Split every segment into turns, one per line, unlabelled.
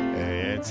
It's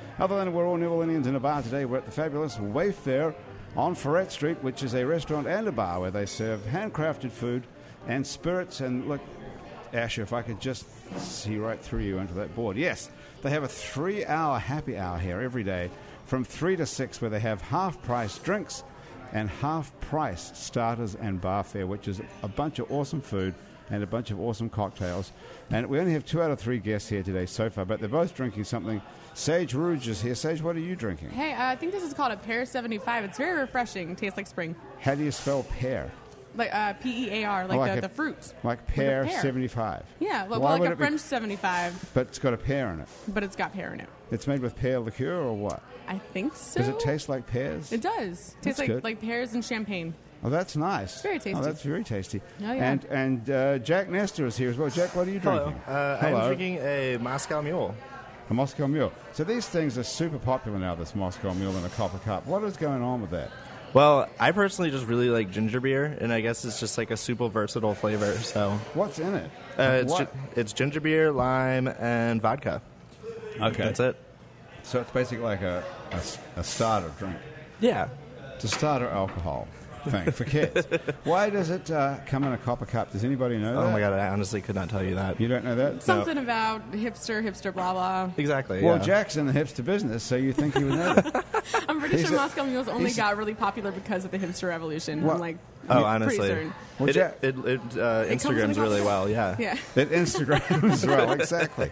Other than we're all New Orleanians in a bar today, we're at the fabulous Wayfair on Ferret Street, which is a restaurant and a bar where they serve handcrafted food and spirits. And look, Asher, if I could just see right through you onto that board. Yes, they have a three hour happy hour here every day from 3 to 6, where they have half price drinks and half price starters and bar fare, which is a bunch of awesome food and a bunch of awesome cocktails. And we only have two out of three guests here today so far, but they're both drinking something. Sage Rouge is here. Sage, what are you drinking?
Hey, uh, I think this is called a pear 75. It's very refreshing. Tastes like spring.
How do you spell pear?
Like uh, P E A R, like,
Like
the,
a-
the fruit.
Like
a
pear,
pear.
75.
Yeah, well,
Oh, Why would
well, like a
it be-
French 75,
But it's got a pear in it.
but it's got pear in it.
It's made with pear liqueur or what?
I think so.
Does it taste like pears?
It does.
That's
Tastes like,
good.
like pears and champagne.
Oh, that's nice.
Very tasty.
Oh, that's very tasty.
Oh, yeah.
And and uh, Jack Nestor is here as well. Jack, what are you
Hello.
drinking?
Uh, I'm drinking a Moscow Mule.
a Moscow Mule. So these things are super popular now. This Moscow Mule in a copper cup. What is going on with that?
Well, I personally just really like ginger beer, and I guess it's just like a super versatile flavor. So
What's in it?
uh, it's,
What-
gi- it's ginger beer, lime, and vodka.
okay.
That's it.
So it's basically like a, a s- a starter drink.
Yeah.
It's a starter alcohol thing for kids. Why does it uh, come in a copper cup? Does anybody know that?
Oh my god, I honestly could not tell you that.
You don't know that?
Something about hipster, hipster, blah, blah.
Exactly.
Well,
yeah.
Jack's in the hipster business, so you think he would know that.
I'm pretty
He's
sure
a-
Moscow Mules only
he's-
got really popular because of the hipster revolution.
What?
I'm like,
Oh,
I'm pretty
honestly.
certain.
Well,
it,
Jack-
it, it, uh,
It comes in a
Instagrams really
box.
well, yeah.
Yeah.
That Instagram as well, exactly.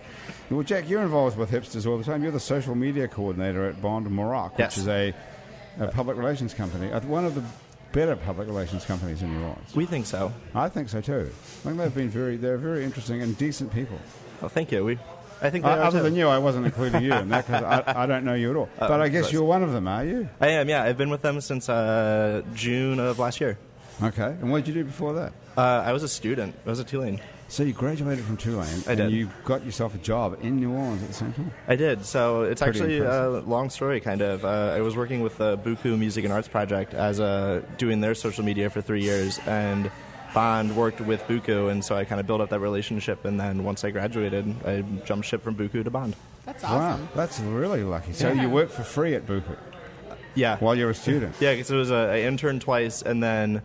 Well, Jack, you're involved with hipsters all the time. You're the social media coordinator at Bond Morocco,
Yes.
which is a, a public relations company, uh, one of the better public relations companies in New Orleans.
We think so.
I think so too. I think they've been very, they're very interesting and decent people.
Oh, thank you. We, I think
Uh,
they are
other
too.
than you, I wasn't including you in that because I, I don't know you at all. but I guess
Oh, right.
you're one of them, are you?
I am, yeah. I've been with them since uh, June of last year.
Okay. And what did you do before that?
Uh, I was a student. I was at Tulane.
So you graduated from Tulane,
I
and
did.
you got yourself a job in New Orleans at the same time.
I did. So it's
Pretty
actually
impressive.
a long story, kind of. Uh, I was working with the Buku Music and Arts Project as uh, doing their social media for three years, and Bond worked with Buku, and so I kind of built up that relationship. And then once I graduated, I jumped ship from Buku to Bond.
That's awesome.
Wow, that's really lucky. So
Yeah.
you worked for free at Buku
Yeah.
while you were a student.
Yeah, because it was uh, I interned twice, and then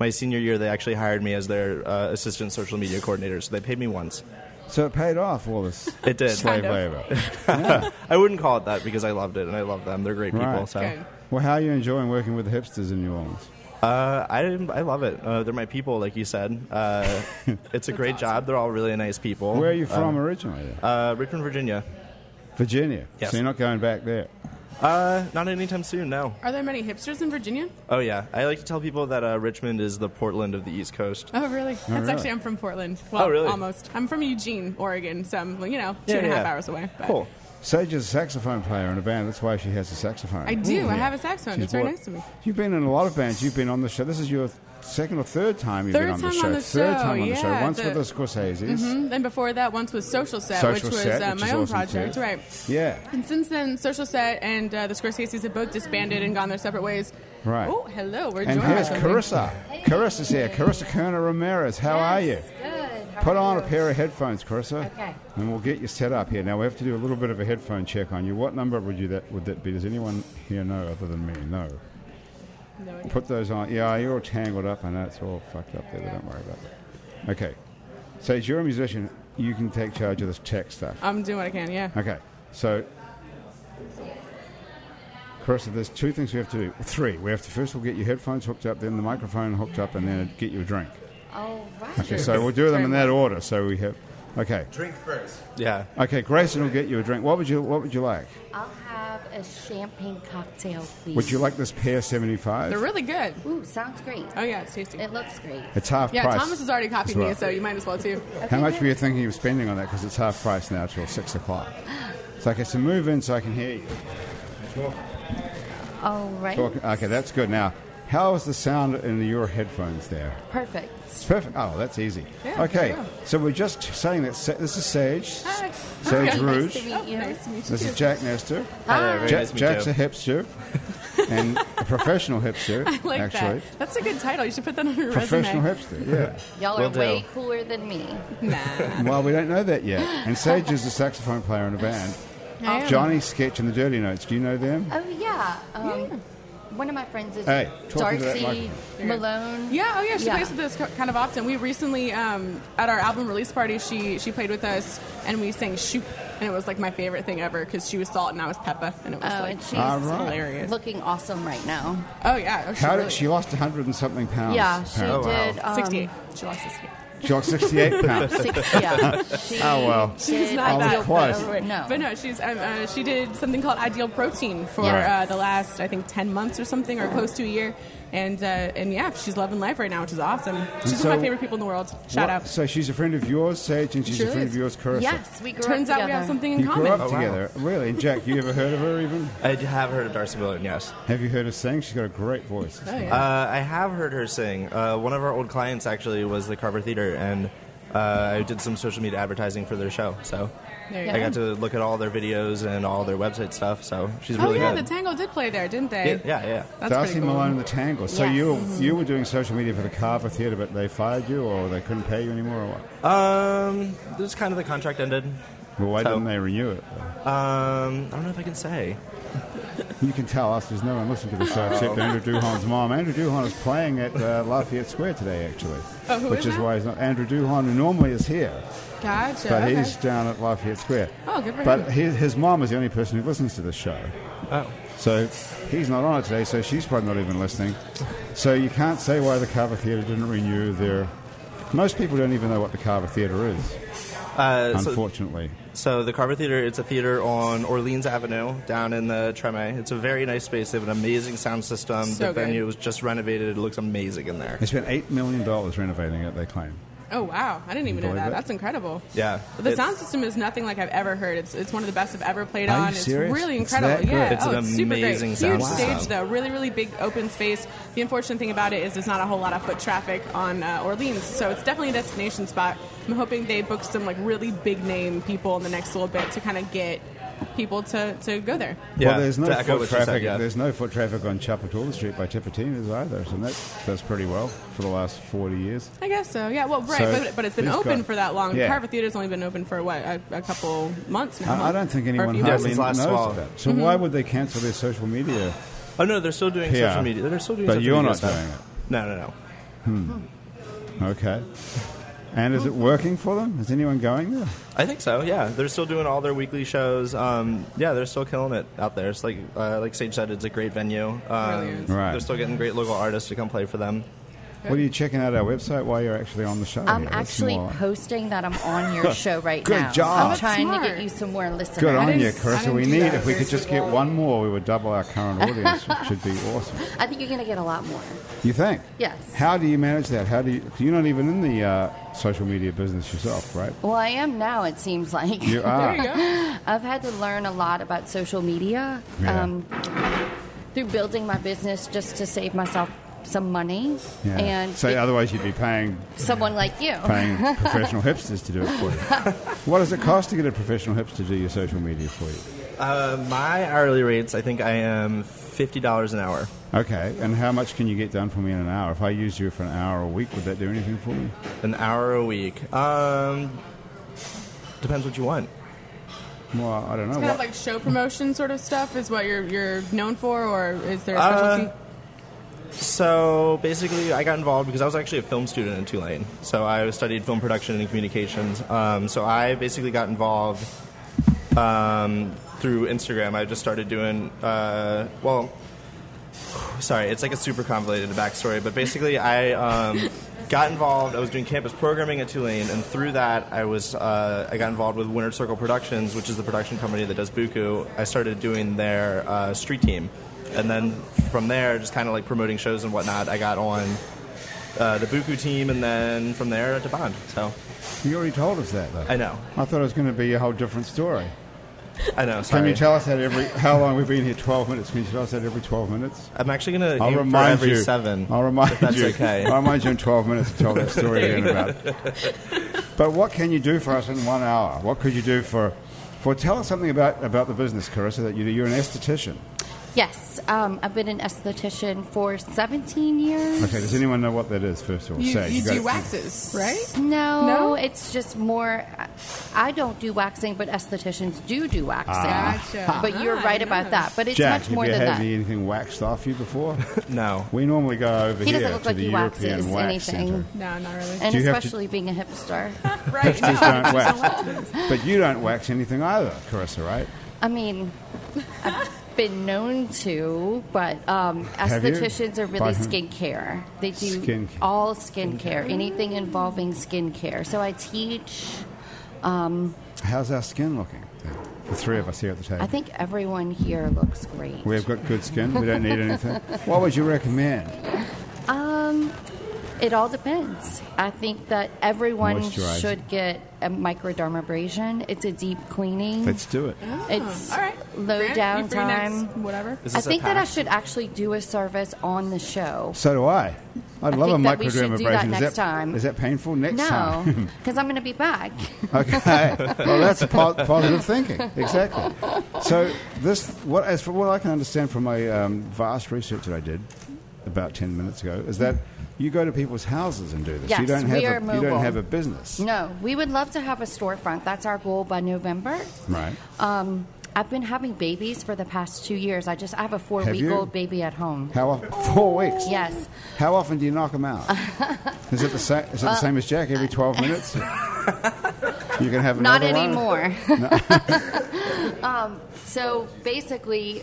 my senior year they actually hired me as their uh, assistant social media coordinator. So they paid me once.
So it paid off all this
It did.
slave
Kind of.
labor.
I wouldn't call it that because I loved it and I love them. They're great people.
Right.
So
Good.
well, how are you enjoying working with the hipsters in New Orleans?
Uh, I I love it. Uh, they're my people, like you said. Uh, it's a great job. They're all really nice people.
Where are you from originally? then?
Uh, uh, Richmond, Virginia.
Virginia.
yes.
So you're not going back there.
Uh, not anytime soon. No.
Are there many hipsters in Virginia?
Oh yeah. I like to tell people that uh, Richmond is the Portland of the East Coast.
Oh, really? That's
really?
actually, I'm from Portland. Well,
Oh, really?
Almost. I'm from Eugene, Oregon, so I'm, you know, two
Yeah,
and a half
yeah.
hours away. but-
Cool.
Sage is a saxophone player in a band. That's why she has a saxophone.
I do. I have a
She's
saxophone. It's very
bought-
nice to me.
You've been in a lot of bands. You've been on the show. This is your second or third time you've
Third
been on the
time
show.
on the
third
show,
time on the show.
yeah,
Once
the-
with the Scorsese's.
Mm, And before that, once was Social Set,
Social
which was
Set,
uh,
which
my
is
own
awesome,
project,
too.
right?
Yeah.
And since then, Social Set and uh, the Scorsese's have both disbanded and gone their separate ways.
Right.
Oh, hello. We're
And
joined by
here's
somebody.
Carissa. Carissa's here. Carissa Kerner Ramirez. How are you?
Yes, Good. How
Put
are
on a
you?
pair of headphones, Carissa.
Okay.
And we'll get you set up here. Now we have to do a little bit of a headphone check on you. What number would you that would that be? Does anyone here know other than me? No.
No,
Put those on. Yeah, you're all tangled up. I know it's all fucked up there, but don't worry about that. Okay. So as you're a musician, you can take charge of this tech stuff.
I'm doing what I can, yeah.
Okay. So Carissa, there's two things we have to do. Three. We have to first of all get your headphones hooked up, then the microphone hooked up, and then get you a drink.
All right.
Okay, so we'll do them in that order. So we have okay.
Yeah.
Okay, Grayson will get you a drink. What would you What would you like?
I'll have a champagne cocktail, please.
Would you like this pear seventy
They're
five?
really good.
Ooh, sounds great.
Oh, yeah, it's tasty.
It looks great.
It's half
Yeah,
price.
Thomas has already copied
as well.
me, so you might as well, too.
How
Okay,
much
good.
were you thinking of spending on that? Because it's half price now till six o'clock. So okay, so move in so I can hear you.
All right.
Talk- Okay, that's good. Now, how is the sound in your headphones there?
Perfect.
Perfect. Oh, that's easy.
Yeah,
okay,
there you go.
so we're just saying that Sa- this is Sage.
Hi.
Sage
Hi.
Rouge.
Nice to meet
Oh,
you.
nice to meet you.
This is
too.
Jack Nestor.
Hello, very
Ja-
nice to meet
Jack's
you.
a hipster and a professional hipster,
I like
actually.
that. That's a good title. You should put that on your
Professional
resume.
hipster, yeah.
Y'all
Will
are way
do.
cooler than me.
Nah.
Well, we don't know that yet. And Sage is a saxophone player in a band.
I am.
Johnny Sketch and the Dirty Notes. Do you know them?
Oh yeah. Um, One of my friends is
Hey, talk into that
Darcy
microphone.
Malone.
Yeah, oh yeah, she
Yeah.
plays with us co- kind of often. We recently, um, at our album release party, she she played with us and we sang Shoop, and it was like my favorite thing ever because she was Salt and I was Peppa, and it was
Oh,
like
and
All
she's
right.
hilarious.
looking awesome right now.
oh yeah, oh, she,
How
really,
did she lost 100 and something pounds?
yeah, she
apparently.
Oh, wow.
did. Um,
68. She lost 68.
She lost 68 pounds.
Six, yeah. She
Oh, well.
She's
did
not
that
ideal
close.
better- No.
But no, she's um, uh, she did something called Ideal Protein for
Yeah.
uh, the last I think ten months or something, or close to a year. And uh, and yeah, she's loving life right now, which is awesome. She's one
so-
of my favorite people in the world. Shout
What-
out.
So she's a friend of yours, Sage, and she's
Sure
a friend
is.
of yours, Carissa.
Yes, we grew
Turns out
up
we
together.
have something in
You
common.
grew up
Oh, wow.
together. Really? Jack, you ever heard of her even?
I d- have heard of Darcy Malone, yes.
Have you heard her sing? She's got a great voice.
Oh, yeah.
Uh, I have heard her sing. Uh, one of our old clients actually was the Carver Theater, and uh, I did some social media advertising for their show. So
There you
I
go.
got to look at all their videos and all their website stuff. So she's
oh
really
yeah,
good.
the Tango did play there, didn't they?
yeah, yeah, yeah.
That's
Darcy
pretty cool.
Malone and the Tangle. So
Yes.
you were, you were doing social media for the Carver Theatre, but they fired you, or they couldn't pay you anymore, or what?
Um, this is kind of the contract ended.
Well, why
So-
didn't they renew it?
Um, I don't know if I can say.
You can tell us. There's no one listening to the show except Andrew Duhon's mom. Andrew Duhon is playing at uh, Lafayette Square today, actually,
Oh, who
which
is
is
that?
why he's not. Andrew Duhon, who normally is here,
Gotcha.
but
okay.
he's down at Lafayette Square.
Oh, good for
But
him.
his, his mom is the only person who listens to the show.
Oh,
So he's not on it today, so she's probably not even listening. So you can't say why the Carver Theatre didn't renew their. Most people don't even know what the Carver Theatre is,
uh, so,
unfortunately.
so the Carver Theater. It's a theater on Orleans Avenue, down in the Treme. It's a very nice space. They have an amazing sound system.
So
the
good.
venue was just renovated. It looks amazing in there.
They spent $8 million renovating it, they claim.
oh wow, I didn't even know
Believe
that.
it.
That's incredible.
Yeah,
But the
it's-
sound system is nothing like I've ever heard. It's it's one of the best I've ever played
Are you
on. It's
serious?
really
It's
incredible.
that
yeah,
good?
It's
oh,
an
it's super great.
amazing
Huge
sound
stage
system.
though, really really big open space. The unfortunate thing about it is there's not a whole lot of foot traffic on uh, Orleans, so it's definitely a destination spot. I'm hoping they book some like really big name people in the next little bit to kind of get people to, to go there.
Yeah,
well, there's no
to echo
foot
what you said,
traffic.
yeah.
There's no foot traffic on Chapatola Street by Tipitinas either, so that does pretty well for the last 40 years.
I guess so. Yeah. Well, right.
So
but, but it's been
he's
open
got-
for that long.
Yeah.
Carver Theater's only been open for what a, a couple months now.
I, I don't think
Or a
anyone
few
Yeah,
hardly
months.
since
knows
last fall.
about that. So why would they cancel their social media?
Oh no, they're still doing
Yeah.
social media. They're still doing.
But
social
you're
media
not
stuff.
doing it.
No, no, no.
Okay. And is it working for them? Is anyone going there?
I think so. Yeah, they're still doing all their weekly shows. Um, yeah, they're still killing it out there. It's like uh, like Sage said, it's a great venue. Um,
Really is.
Right.
They're still getting great local artists to come play for them.
Well, are you checking out our website while you're actually on the show?
I'm
here? It's
actually
more-
posting that I'm on your show right
Good
now.
job.
I'm trying to
Smart.
get you some more listeners.
Good on
didn't-
you,
I
Carissa.
didn't
We
do
need,
that.
if we could just get one more, we would double our current audience, which would be awesome.
I think you're going to get a lot more.
You think?
Yes.
How do you manage that? How do you, 'cause you're not even in the uh, social media business yourself, right?
Well, I am now. It seems like
You are.
There you go.
I've had to learn a lot about social media
Yeah.
um, through building my business just to save myself some money
Yeah.
and
so
it-
otherwise you'd be paying
someone like you.
paying professional hipsters to do it for you. what does it cost to get a professional hipster to do your social media for you?
Uh, my hourly rates, I think I am fifty dollars an hour.
Okay, and how much can you get done for me in an hour? If I used you for an hour a week, would that do anything for me?
An hour a week. Um, depends what you want.
Well, I don't know.
Kind of
What,
like show promotion sort of stuff is what you're you're known for, or is there a
Uh,
specialty?
So basically, I got involved because I was actually a film student in Tulane. So I studied film production and communications. Um, so I basically got involved um, through Instagram. I just started doing, uh, well, sorry, it's like a super convoluted backstory, but basically, I um, got involved. I was doing campus programming at Tulane, and through that, I was uh, I got involved with Winter Circle Productions, which is the production company that does Buku. I started doing their uh, street team, and then from there, just kind of like promoting shows and whatnot. I got on. Uh, the Buku team, and then from there to Bond. So
you already told us that, though.
I know.
I thought it was going to be a whole different story.
I know. Sorry.
Can you tell us that every how long we've been here? Twelve minutes. Can you tell us that every twelve minutes?
I'm actually gonna
I'll
aim for
remind
every
you.
seven.
I'll remind
if that's
you.
okay.
I'll remind you in twelve minutes to tell that story again about. But what can you do for us in one hour? What could you do for? For tell us something about about the business, Carissa. That you do. You're an esthetician.
Yes, um, I've been an esthetician for 17 years.
Okay. Does anyone know what that is? First of all,
You,
say
you
got
do
it.
waxes, right?
No,
No?
it's just more. I don't do waxing, but estheticians do do waxing.
Gotcha.
But you're
Ah, I
right
didn't
about
know.
that. But it's
Jack,
much
have
more
you
than
had
that.
any- anything waxed off you before?
no.
We normally go over
He
here
doesn't look
to
like
the
he waxes
European wax
anything.
center.
No, not really.
And
Do you have to-
especially being a hipster.
right.
Hipsters don't
no.
wax, but you don't wax anything either, Carissa, right?
I mean, I've been known to, but um,
Have you?
estheticians are
By
really
whom?
skincare. They do
Skincare.
all skincare, anything involving skincare. So I teach. Um,
How's our skin looking? The three of us here at the table.
I think everyone here looks great.
We've got good skin. We don't need anything. what would you recommend?
Um, it all depends. I think that everyone
Moisturizer.
should get a microdermabrasion. It's a deep cleaning.
Let's do it.
it's
Oh, All right.
low
Grant, you free next,
downtime.
Whatever.
Is
I
this a
think that I
pass?
should actually do a service on the show.
So do I. I'd
I
love a
think that we
microdermabrasion.
should do that
is,
next time.
is that painful next
No,
time?
because I'm going to be back.
okay. Well, that's po- positive thinking. Exactly. So this, what as for what I can understand from my um, vast research that I did about ten minutes ago, is that you go to people's houses and do this. you
Yes,
don't have
we are
a, you don't
mobile.
have a business,
No, we would love to have a storefront. That's our goal by November.
right?
Um, I've been having babies for the past two years. I just I have a four
you?
week old baby at home.
How often? Four weeks.
Yes.
How often do you knock them out? is it the same? Is it the
Uh,
same as Jack? Every twelve minutes? you can have
Not
another one?
anymore. um, so basically,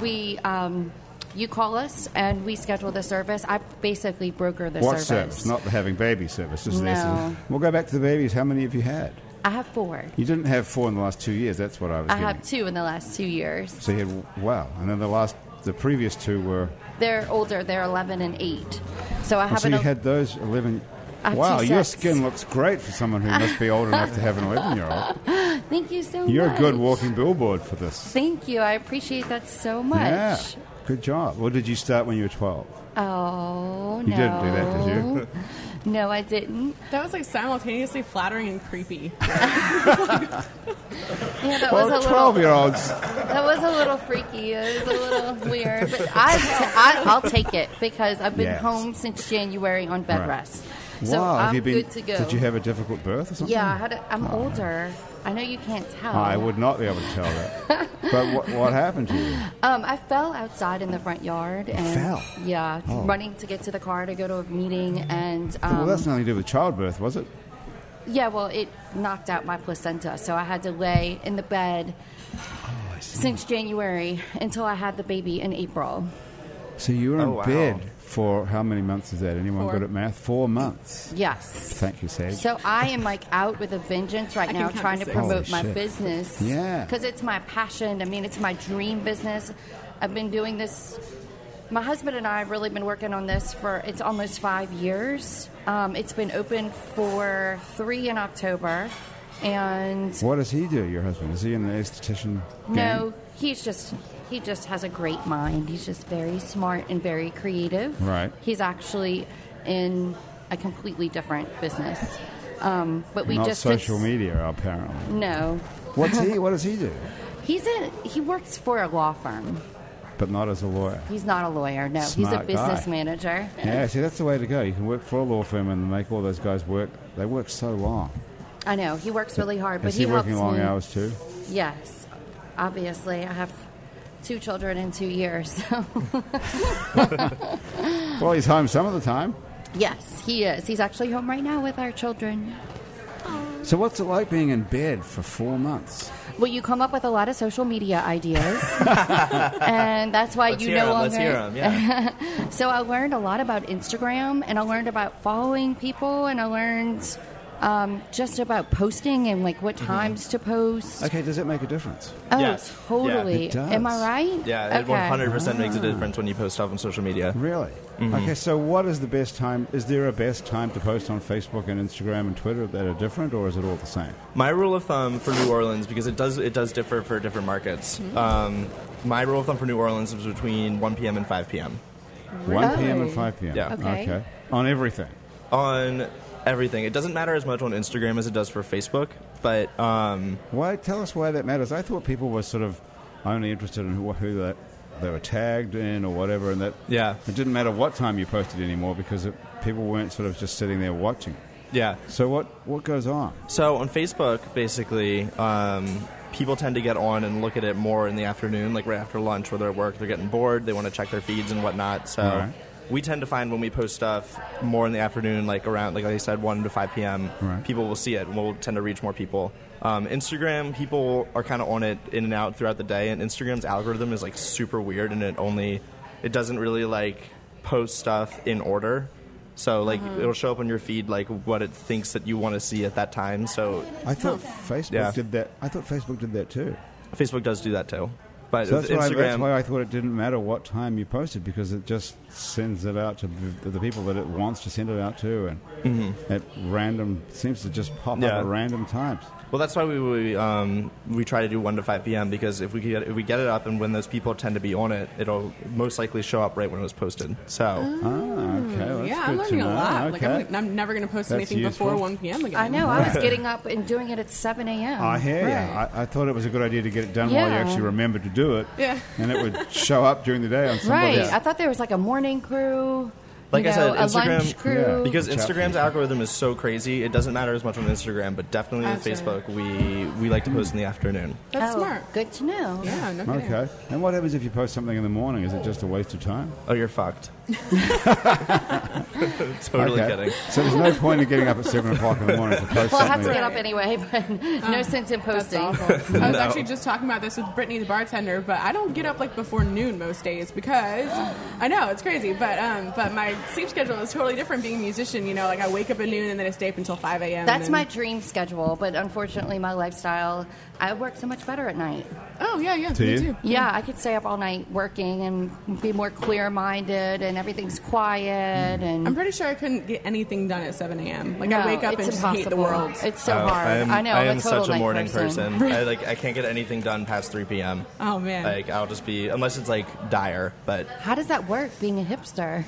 we um, you call us and we schedule the service. I basically broker the
What
service.
service? Not the having baby service. This is the
No.
essence. We'll go back to the babies. How many have you had?
I have four.
You didn't have four in the last two years. That's what I was
I
getting.
have two in the last two years.
So you had wow, and then the last, the previous two were.
They're older. They're eleven and eight. So I
Oh,
have
so
an.
you had those eleven.
I have
wow,
two
your
sets.
skin looks great for someone who must be old enough to have an eleven-year-old.
thank you so
You're
much.
a good walking billboard for this.
Thank you. I appreciate that so much.
Yeah, good job. Well, did you start when you were twelve?
Oh
You
no!
didn't do that, did you?
no, I didn't.
That was like simultaneously flattering and creepy.
Yeah, that
Well,
was a little.
twelve-year-olds.
That was a little freaky. It was a little weird, but I, t- I, I'll take it because I've been
Yes.
home since January on bed
Right.
rest, so
wow,
I'm
have you been?
good to go.
Did you have a difficult birth or something?
yeah, I had a, I'm older. I know you can't tell.
I would not be able to tell that. but what, what happened to you?
Um, I fell outside in the front yard and
fell? Oh.
Yeah, running to get to the car to go to a meeting, and um,
well, that's nothing to do with childbirth, was it?
Yeah, well, it knocked out my placenta, so I had to lay in the bed
Oh,
since January until I had the baby in April.
So you were in
Oh, wow.
bed for how many months is that? Anyone
Four.
good at math? Four months.
Yes.
Thank you, Sage.
So I am like out with a vengeance right
I can
now,
count to
trying to
six.
promote
Holy
my
shit.
business.
Yeah.
Because it's my passion. I mean, it's my dream business. I've been doing this. My husband and I have really been working on this for it's almost five years. Um, it's been open for three in October, and
What does he do, your husband? Is he in the esthetician?
No, he's just he just has a great mind. He's just very smart and very creative.
Right.
He's actually in a completely different business. Um, but we
Not
just
social media, apparently.
No,
What's he? What does he do?
he's a he works for a law firm.
But not as a lawyer.
He's not a lawyer. No, he's
Smart
a business
guy.
manager.
Yeah, see, that's the way to go. You can work for a law firm and make all those guys work. They work so long.
I know he works really hard, but
Is he,
helps
working long
me.
hours too?
Yes, obviously, I have two children in two years. So
Well, he's home some of the time.
yes, he is. He's actually home right now with our children.
So, what's it like being in bed for four months?
Well, you come up with a lot of social media ideas, and that's why
Let's
you
hear
no
'em, Let's
longer.
hear 'em, Yeah.
So I learned a lot about Instagram, and I learned about following people, and I learned um, just about posting and like what
Mm-hmm.
times to post.
Okay, does it make a difference?
Oh,
Yes.
totally.
Yeah. It does.
Am I right?
Yeah, it
Okay.
100% makes a difference when you post stuff on social media.
Really? Okay, so what is the best time? Is there a best time to post on Facebook and Instagram and Twitter that are different, or is it all the same?
My rule of thumb for New Orleans, because it does it does differ for different markets. Um, my rule of thumb for New Orleans is between 1 p.m. and 5 p.m.
1 p.m. and
Really?
5 p.m.
Yeah.
Okay.
On everything.
on everything. It doesn't matter as much on Instagram as it does for Facebook, but um,
Why? Tell us why that matters. I thought people were sort of only interested in who, who they, they were tagged in or whatever, and that
yeah,
it didn't matter what time you posted anymore because it, people weren't sort of just sitting there watching.
yeah.
So what, what goes on?
So on Facebook, basically, um, people tend to get on and look at it more in the afternoon, like right after lunch, where they're at work, they're getting bored, they want to check their feeds and whatnot. So
Right.
we tend to find when we post stuff more in the afternoon, like around, like I said, one to five p.m.,
Right.
people will see it, and we'll tend to reach more people. Um, Instagram, people are kind of on it in and out throughout the day, and Instagram's algorithm is like super weird, and it only, it doesn't really like post stuff in order. So like it'll show up on your feed like what it thinks that you want to see at that time. So
I thought Facebook
Yeah.
did that. I thought Facebook did that too.
Facebook does do that too, but
So that's, why,
Instagram.
that's why I thought it didn't matter what time you posted because it just sends it out to the- the people that it wants to send it out to, and at random seems to just pop up
Mm-hmm. Yeah.
at random times.
well, that's why we we, um, we try to do one to five p.m. because if we get if we get it up and when those people tend to be on it, it'll most likely show up right when it was posted. So
Ah, okay, well, that's
Hmm. yeah,
good
I'm learning
to
a
know.
lot. Like
Okay.
I'm, like, I'm never going to post
That's
anything before
useful.
1 p.m. again.
I know. I was getting up and doing it at 7 a.m.
I hear you.
Right.
I, I thought it was a good idea to get it done while you
Yeah.
actually remembered to do it,
Yeah.
and it would show up during the day on
Right.
somebody's.
I thought there was like a morning crew.
Like
you
I said,
know, a
Instagram-
lunch crew.
Yeah.
because
Good job.
Instagram's algorithm is so crazy, it doesn't matter as much on Instagram, but definitely on
That's right.
Facebook, we we like to post in the afternoon.
That's
oh,
smart.
Good to know.
Yeah, no kidding.
Okay. And what happens if you post something in the morning? Is it just a waste of time?
Oh, you're fucked. totally
Okay.
kidding.
So there's no point in getting up at seven o'clock in the morning to post
Well, I have
something.
to get up anyway, but no sense in
Ah, That's
posting.
awful. I was
No.
actually just talking about this with Brittany, the bartender, but I don't get up like before noon most days because I know it's crazy, but um, but my sleep schedule is totally different being a musician. You know, like I wake up at noon and then I stay up until 5 a.m.
That's
and-
my dream schedule, but unfortunately, my lifestyle, I work so much better at night.
Oh yeah, yeah,
Do
me
you?
too.
Yeah, I could stay up all night working and be more clear minded, and everything's quiet.
Mm.
I'm
And
pretty sure I couldn't get anything done at 7 a.m. Like
no,
I wake up and
it's
just
impossible.
hate the world.
It's so
Oh,
hard.
I, am,
I know.
I
I'm
am
a total
such a
night
morning person. I like I can't get anything done past 3 p.m.
Oh, man.
Like I'll just be unless it's like dire, but
How does that work, being a hipster?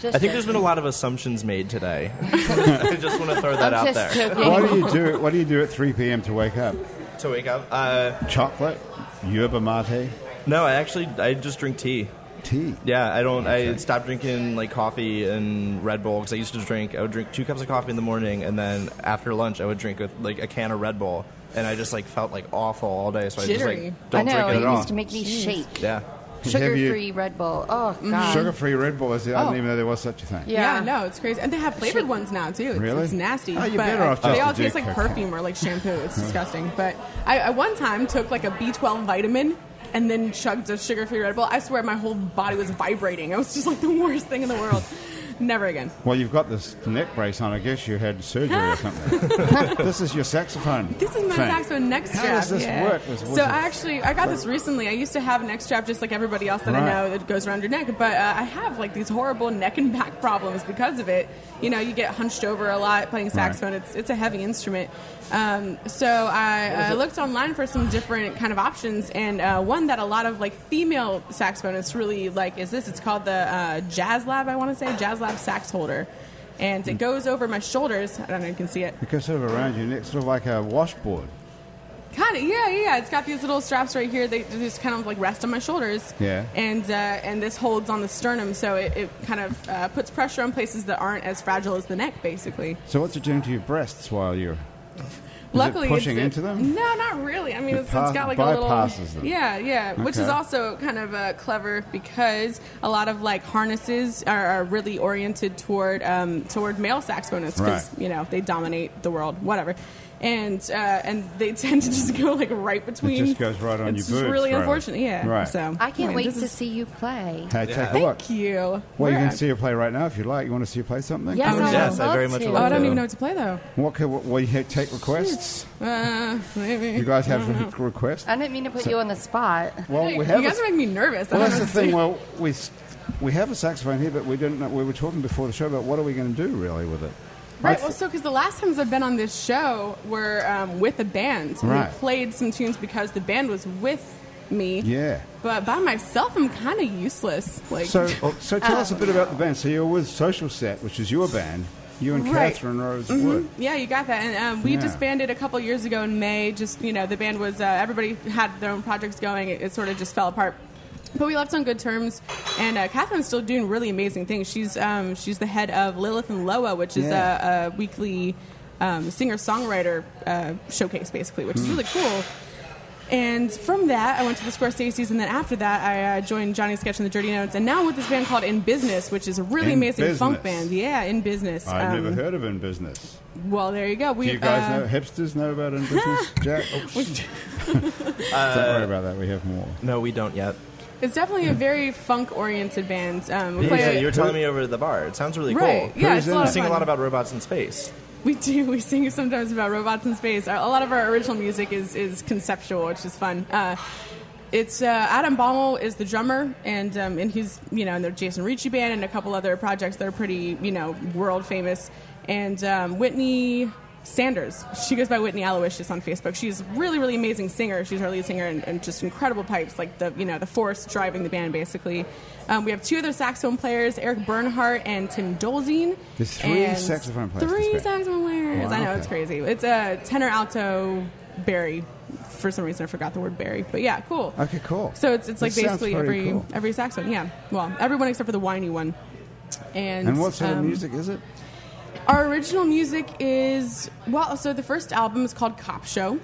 Just
I think
a-
there's been a lot of assumptions made today. I just want to throw that
I'm
out
just
there.
joking.
What do you do? What do you do at three p.m. to wake up?
To wake up, uh,
Chocolate, yerba mate,
no, I actually I just drink tea.
tea.
Yeah, I don't. I stopped drinking like coffee and Red Bull because I used to drink. I would drink two cups of coffee in the morning, and then after lunch, I would drink with like a can of Red Bull, and I just like felt like awful all day. So I just
Jittery.
like don't
I know.
drink
It
it at all.
used to make me shake.
Yeah,
Sugar
Have you-
free Red Bull. Oh, God.
Sugar free Red Bull is the, I
Oh.
didn't even know there was such a thing.
Yeah.
Yeah.
no, it's crazy, and they have flavored ones now too. It's,
Really?
it's nasty.
Oh, you're
but
better off
they
just
all
to
taste
drink
like
Coke.
perfume or like shampoo. It's disgusting. But I, I one time took like a B12 vitamin and then chugged a sugar-free Red Bull. I swear, my whole body was vibrating. It was just like the worst thing in the world. Never again.
Well, you've got this neck brace on. I guess you had surgery or something. this is your saxophone.
This is my
thing.
saxophone neck
How
strap.
does this
yeah.
work? Was- was
so
it-
I actually I got this recently. I used to have a neck strap just like everybody else that
Right.
I know that goes around your neck, but uh, I have like these horrible neck and back problems because of it. You know, you get hunched over a lot playing saxophone. It's it's a heavy instrument. Um, so I uh, looked online for some different kind of options, and uh, one that a lot of like female saxophonists really like is this. It's called the uh, Jazz Lab. I want to say Jazz Lab sax holder. And it goes over my shoulders. I don't know if you can see it.
It goes sort of around your neck, sort of like a washboard.
Kind of, yeah, yeah. yeah. It's got these little straps right here. They, they just kind of like rest on my shoulders.
Yeah.
And uh, and this holds on the sternum, so it, it kind of uh, puts pressure on places that aren't as fragile as the neck, basically.
So what's it doing to your breasts while you're? Is
Luckily,
it pushing
it's,
into them.
No, not really. I mean,
It
it's, it's
pa-
got like a
bypasses
little.
them.
Yeah, yeah. Which is
Okay.
also kind of uh, clever because a lot of like harnesses are, are really oriented toward um, toward male saxophonists because
Right.
you know they dominate the world, whatever. and uh, and they tend to just go like right between.
just goes right on your
It's just
boobs,
really
right?
unfortunate. Yeah.
Right.
So
I can't
yeah,
wait
this
to
is-
see you play.
Hey, take a
Thank
look.
you.
Well, you
We're
can
at-
see her play right now if you like. You want to see her play something?
Yes,
Oh,
I,
yes,
would
I
love
very much
to.
would
Oh, I
love
don't
Yeah.
even know what to play though.
What can, what, will you take requests?
Uh, maybe.
You guys have requests?
I didn't mean to put you on the spot.
Well,
you
we have.
guys
a-
are making me nervous. I
well,
don't
that's
know
the
what to
thing.
do.
Well, we s- we have a saxophone here, but we didn't. Know, we were talking before the show about what are we going to do really with it.
Right. Well, so because the last times I've been on this show were um, with a band, so
Right.
we played some tunes because the band was with me.
Yeah.
But by myself, I'm kind of useless. Like,
So, oh, so tell us a
Uh,
bit about the band. So you're with Social Set, which is your band. You and
Right. Mm-hmm.
Catherine Rose Wood.
yeah, you got that. And um, we
Yeah.
disbanded a couple years ago in May. Just you know, the band was uh, everybody had their own projects going. It, it sort of just fell apart. But we left on good terms, and uh, Catherine's still doing really amazing things. She's um, she's the head of Lilith and Loa, which is
Yeah.
a, a weekly um, singer songwriter uh, showcase, basically, which is
Hmm.
really cool. And from that, I went to the Scorsese's, and then after that, I uh, joined Johnny Sketch and the Dirty Notes, and now I'm with this band called In Business, which is a really
In
amazing funk
Business.
band. Yeah, In Business.
I've
Um,
never heard of In Business.
Well, there you go. We,
Do you guys
uh,
know hipsters know about In Business? Jack, oh, shit. don't worry about that. We have more.
No, we don't yet.
It's definitely a very funk-oriented band. Um, we
Yeah,
play
you were telling me over the bar. It sounds really
Right.
cool.
Yeah,
Who's
it's
in it?
a lot
We
of
sing a
fun.
lot about robots in space.
We do. We sing sometimes about robots in space. Our, a lot of our original music is, is conceptual, which is fun. Uh, it's uh, Adam Baumel is the drummer, and um, and he's you know in the Jason Ricci band and a couple other projects that are pretty you know world famous. And um, Whitney Sanders, she goes by Whitney Aloysius on Facebook. She's a really really amazing singer. She's our lead singer and, and just incredible pipes, like the you know the force driving the band basically. Um, we have two other saxophone players, Eric Bernhardt and Tim Dolzien.
There's three
and
saxophone players in
Three
this band.
sax- saxophone players.
Wow,
I know
okay.
it's crazy. It's a tenor alto Barry. For some reason, I forgot the word Barry, but yeah, cool.
Okay, cool.
So it's it's like
That sounds
basically
very
every
cool.
every saxophone. Yeah, well, everyone except for the whiny one. And
And what sort of
um,
music is it?
Our original music is well. So the first album is called Cop Show,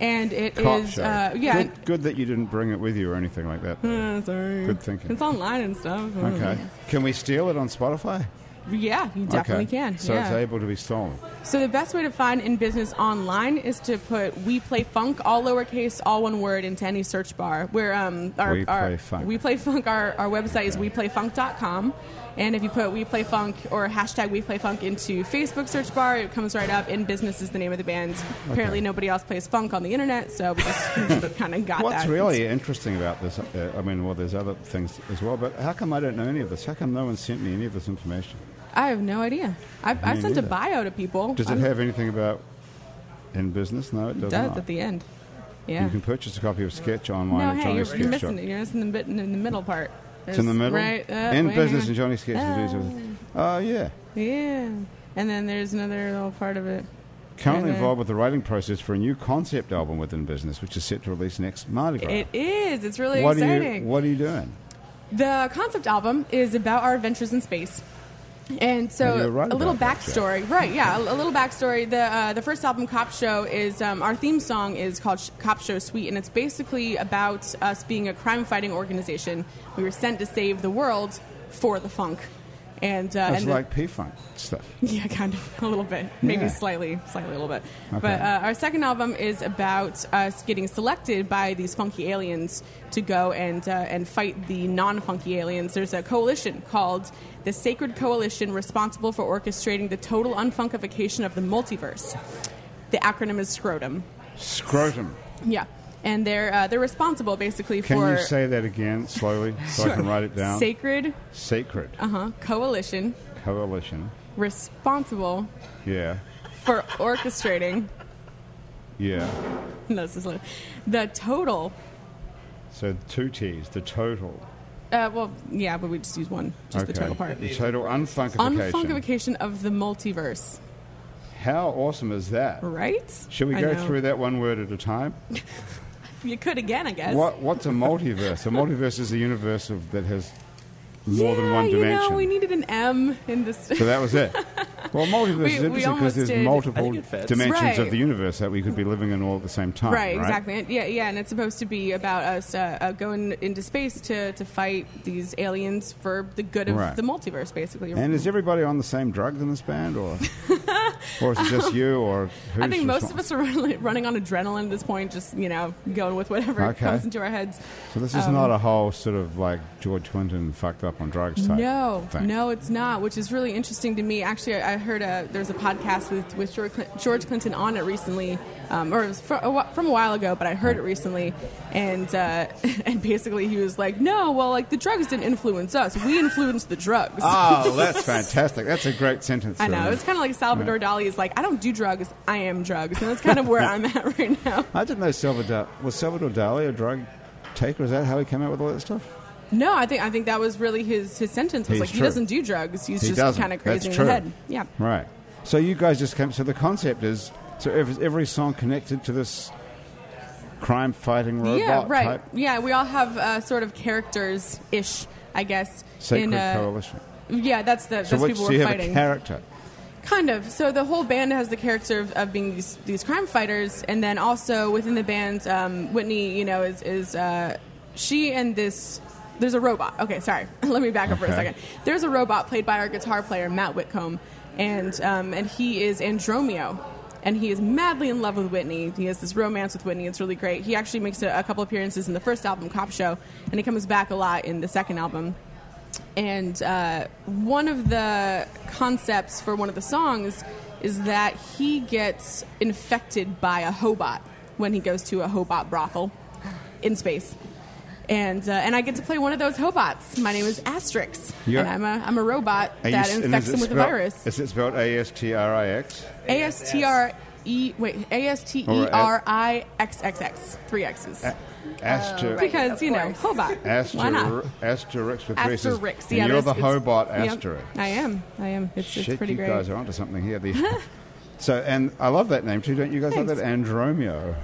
and it is
Cop show.
Uh, yeah. and-
Good, good that you didn't bring it with you or anything like that.
Uh, sorry.
Good thinking.
It's online and stuff.
Okay. Can we steal it on Spotify?
Yeah, you definitely
okay.
can.
So
yeah.
it's able to be stolen.
So the best way to find in business online is to put "we play funk" all lowercase, all one word into any search bar. Where um, our,
We
our
Play Funk.
we play funk. Our, our website is weplayfunk.com, and if you put "we play funk" or hashtag "we play funk" into Facebook search bar, it comes right up. In business is the name of the band. Apparently, nobody else plays funk on the internet, so we just kind of got
What's
that.
really interesting about this, uh, I mean, well, there's other things as well, but how come I don't know any of this? How come no one sent me any of this information?
I have no idea. I've, I've
Me
sent a
neither.
bio to people.
Does it
I'm-
have anything about in business? No, it does,
it
not.
does at the end? Yeah.
You can purchase a copy of Sketch
No,
online at
hey,
Johnny
you're,
Sketch
you're
Shop.
missing it. You're missing the bit in the middle part.
It's in the middle.
Right. uh,
in
way
business
here.
and Johnny Sketch. Oh. oh, yeah.
Yeah. And then there's another little part of it.
Currently
Okay.
involved with the writing process for a new concept album within business, which is set to release next Mardi Gras.
It is. It's really
what
exciting.
Are you, what are you doing?
The concept album is about our adventures in space. And
Oh,
so,
you're right
a little
about that,
backstory, right? Yeah, a, a little backstory. The uh, the first album, Cop Show, is um, our theme song is called Sh- Cop Show Suite, and it's basically about us being a crime fighting organization. We were sent to save the world for the funk, and uh,
It's
and the-
like P Funk stuff.
Yeah, kind of a little bit, maybe
Yeah.
slightly, slightly a little bit.
Okay.
But uh, our second album is about us getting selected by these funky aliens to go and uh, and fight the non-funky aliens. There's a coalition called the Sacred Coalition, responsible for orchestrating the total unfunkification of the multiverse. The acronym is Scrotum.
Scrotum.
Yeah, and they're uh, they're responsible basically
Can
for
you say that again slowly so I can write it down?
Sacred
Sacred
uh-huh, Coalition,
Coalition.
responsible
Yeah.
for orchestrating.
Yeah.
No, this is like- the total.
So two T's, the total.
Uh, well, yeah, but we just use one, just the
okay.
total part.
The total unfunkification.
Unfunkification of the multiverse,
How awesome is that?
right?
Should we
I
go
know.
through that one word at a time?
You could again, I guess.
What What's a multiverse? A multiverse is a universe of, that has more
yeah,
than one
you
dimension.
know, we needed an M in this.
so that was it. Well, multiverse
We-
is
we
interesting because
almost
there's
did-
multiple
think it fits.
dimensions of
Right.
the universe that we could be living in all at the same time. Right,
Right, exactly. And- Yeah, yeah, and it's supposed to be about us uh, uh, going into space to, to fight these aliens for the good of
Right.
the multiverse, basically.
And is everybody on the same drug in this band, or Or is it just you? Or who's
I think most
respons-
of us are really running on adrenaline at this point, just, you know, going with whatever
Okay.
comes into our heads.
So this is
um,
not a whole sort of like George Clinton fucked up on drugs type.
No,
thing.
no, it's not, which is really interesting to me. Actually, I I heard a, there's a podcast with, with George Clin- George Clinton on it recently, um, or it was fr- a wh- from a while ago, but I heard it recently. And, uh, and basically, he was like, no, well, like the drugs didn't influence us. We influenced the drugs.
Oh, that's fantastic. That's a great sentence.
I know.
Serena.
It's kind of like Salvador Dali is like, I don't do drugs, I am drugs. And that's kind of where I'm at right now.
I didn't know Salvador was Salvador Dali a drug taker. Is that how he came out with all that stuff?
No, I think I think that was really his, his sentence was
He's
like he
true.
doesn't do drugs. He's
He
just
doesn't.
kind of
That's
crazy in
true.
the head. Yeah.
Right. So you guys just came. So the concept is so every, every song connected to this crime fighting robot
Yeah, right.
type
Yeah, we all have uh, sort of characters ish, I guess.
sacred
in uh,
coalition.
Yeah, that's the
So
those
what,
people
so
we're
you have a
fighting.
character.
Kind of. So the whole band has the character of, of being these, these crime fighters, and then also within the band, um, Whitney, you know, is is uh, she and this. There's a robot. Okay, sorry. Let me back up for a
Okay.
second. There's a robot played by our guitar player Matt Whitcomb, and um, and he is Andromeo, and he is madly in love with Whitney. He has this romance with Whitney. It's really great. He actually makes a, a couple appearances in the first album, Cop Show, and he comes back a lot in the second album and uh, one of the concepts for one of the songs is that he gets infected by a hobot when he goes to a hobot brothel in space. And, uh, and I get to play one of those hobots. My name is Asterix,
You're-
and I'm a, I'm a robot
Are you
that
s- and
infects
is
him
it
with a
spelled-
virus.
Is it spelled A S T R I X?
A S T R E wait A S T E R I X X X three X's
Aster.
right.
because you know
Of course.
hobot. Oh. Why
Aster,
not?
Asterix with three S's.
Asterix.
And
Yeah,
you're
that's-
the
it's-
Hobart
yep.
Asterix.
I am. I am. It's, it's
Shit,
pretty
you
great.
guys are onto something here. The- so, and I love that name too, don't you guys love
Thanks.
that? Andromeo.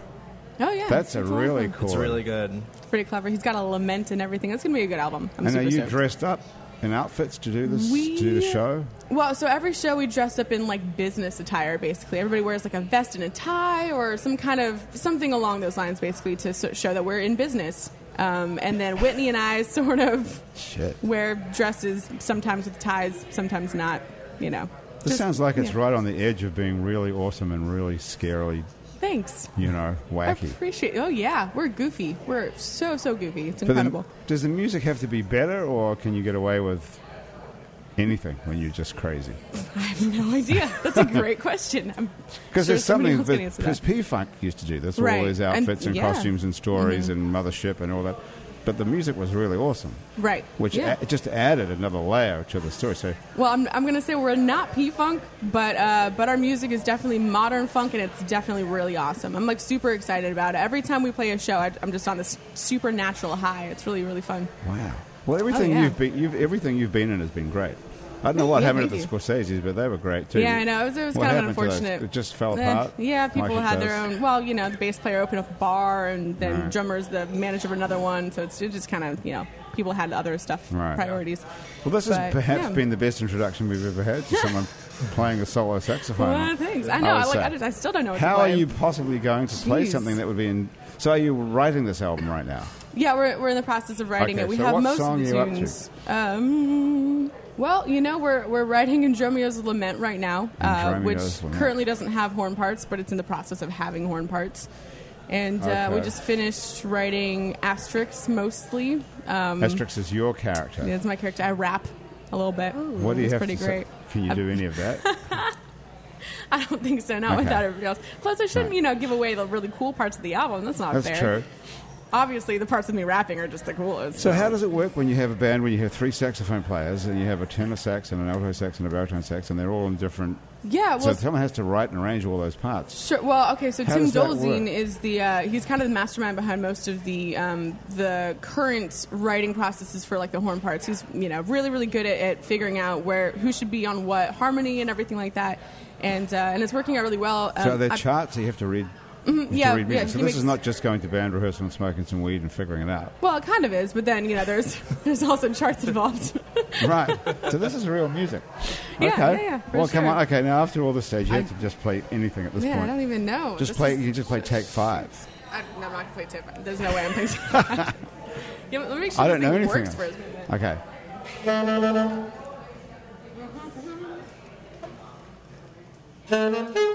Oh yeah,
That's a
it's
really
awesome.
cool.
It's really good.
It's pretty clever. He's got a lament and everything. It's gonna be a good album. I'm
And
super
are you
stoked.
dressed up in outfits to do this?
We-
to do the show?
Well, so every show we dress up in like business attire, basically. Everybody wears like a vest and a tie or some kind of something along those lines, basically, to so- show that we're in business. Um, and then Whitney and I sort of
Shit.
wear dresses, sometimes with ties, sometimes not. You know.
This
Just-
sounds like it's
yeah.
right on the edge of being really awesome and really scarily,
Thanks.
you know,
I
wacky.
appreciate. Oh yeah, we're goofy. We're so so goofy. It's
But then,
incredible.
does the music have to be better, or can you get away with anything when you're just crazy?
I have no idea. That's a great question. I'm
Because
sure
there's
somebody
something
else can
that because
answer
P Funk used to do this, all
Right.
these
And-
outfits and,
yeah. Mm-hmm.
costumes and stories and mothership and all that. But the music was really awesome,
Right.
Which uh,
Yeah.
a- just added another layer to the story. So
Well, I'm, I'm going to say we're not P Funk, but uh, but our music is definitely modern funk, and it's definitely really awesome. I'm like super excited about it. Every time we play a show, I, I'm just on this supernatural high. It's really really fun.
wow, well everything
Oh, yeah.
you've been, you've, everything you've been in has been great. I don't know what
Yeah,
happened at
thank
the Scorsese's, but they were great too.
Yeah, I know. It was, it was
What
kind of
happened to those?
unfortunate.
It just fell
Eh,
apart.
yeah, people
like it
had their
does.
own. Well, you know, the bass player opened up a bar, and then
Right.
drummer's the manager of another one. So it's it just kind of you know people had other stuff
Right.
priorities.
Well, this has
But,
perhaps
yeah.
been the best introduction we've ever had to someone playing a solo saxophone.
Well, thanks. I know. I,
would
like.
say.
I, just- I still don't know. What to
How are
play.
you possibly going to play
Jeez.
something that would be in? So, are you writing this album right now?
Yeah, we're, we're in the process of writing
Okay,
it. We
so
have
what
most
song
of the
are you up to?
tunes. Um, well, you know, we're, we're writing Andromeo's Lament right now, uh,
Andromeo's
which
Lament.
currently doesn't have horn parts, but it's in the process of having horn parts. And uh, we
Okay.
just finished writing Asterix mostly. Um,
Asterix is your character.
it's my character. I rap a little bit.
What do you
it's
have
pretty
to
great.
say? Can you do any of that?
I don't think so, not
Okay.
without everybody else. Plus, I shouldn't,
Right.
you know, give away the really cool parts of the album. That's not
That's
fair.
true.
Obviously, the parts of me rapping are just the coolest.
So, how does it work when you have a band when you have three saxophone players and you have a tenor sax and an alto sax and a baritone sax and they're all in different?
yeah, well,
so someone has to write and arrange all those parts.
Sure. Well, okay. So
How
Tim
does that work?
Dolzien is the uh, he's kind of the mastermind behind most of the um, the current writing processes for like the horn parts. He's you know really really good at, at figuring out where who should be on what harmony and everything like that, and uh, and it's working out really well. Um,
So, are there
I- Mm-hmm,
charts that you have to read? you have to
yeah,
read music.
yeah,
so
he
this is
makes-
not just going to band rehearsal and smoking some weed and figuring it out.
well, it kind of is, but then you know there's there's also charts involved.
right. So this is real music.
Yeah,
okay.
yeah, yeah, for
well, come
sure.
on. Okay, now after all this stage, you have to just play anything at this
Man,
point.
I don't even know.
Just
This
play.
is-
you just play take five.
I, no, I'm not gonna play tip. There's no way I'm playing. Tip. yeah, but let me make sure
I don't
this
know
thing
anything.
works for
else.
his movement.
Okay.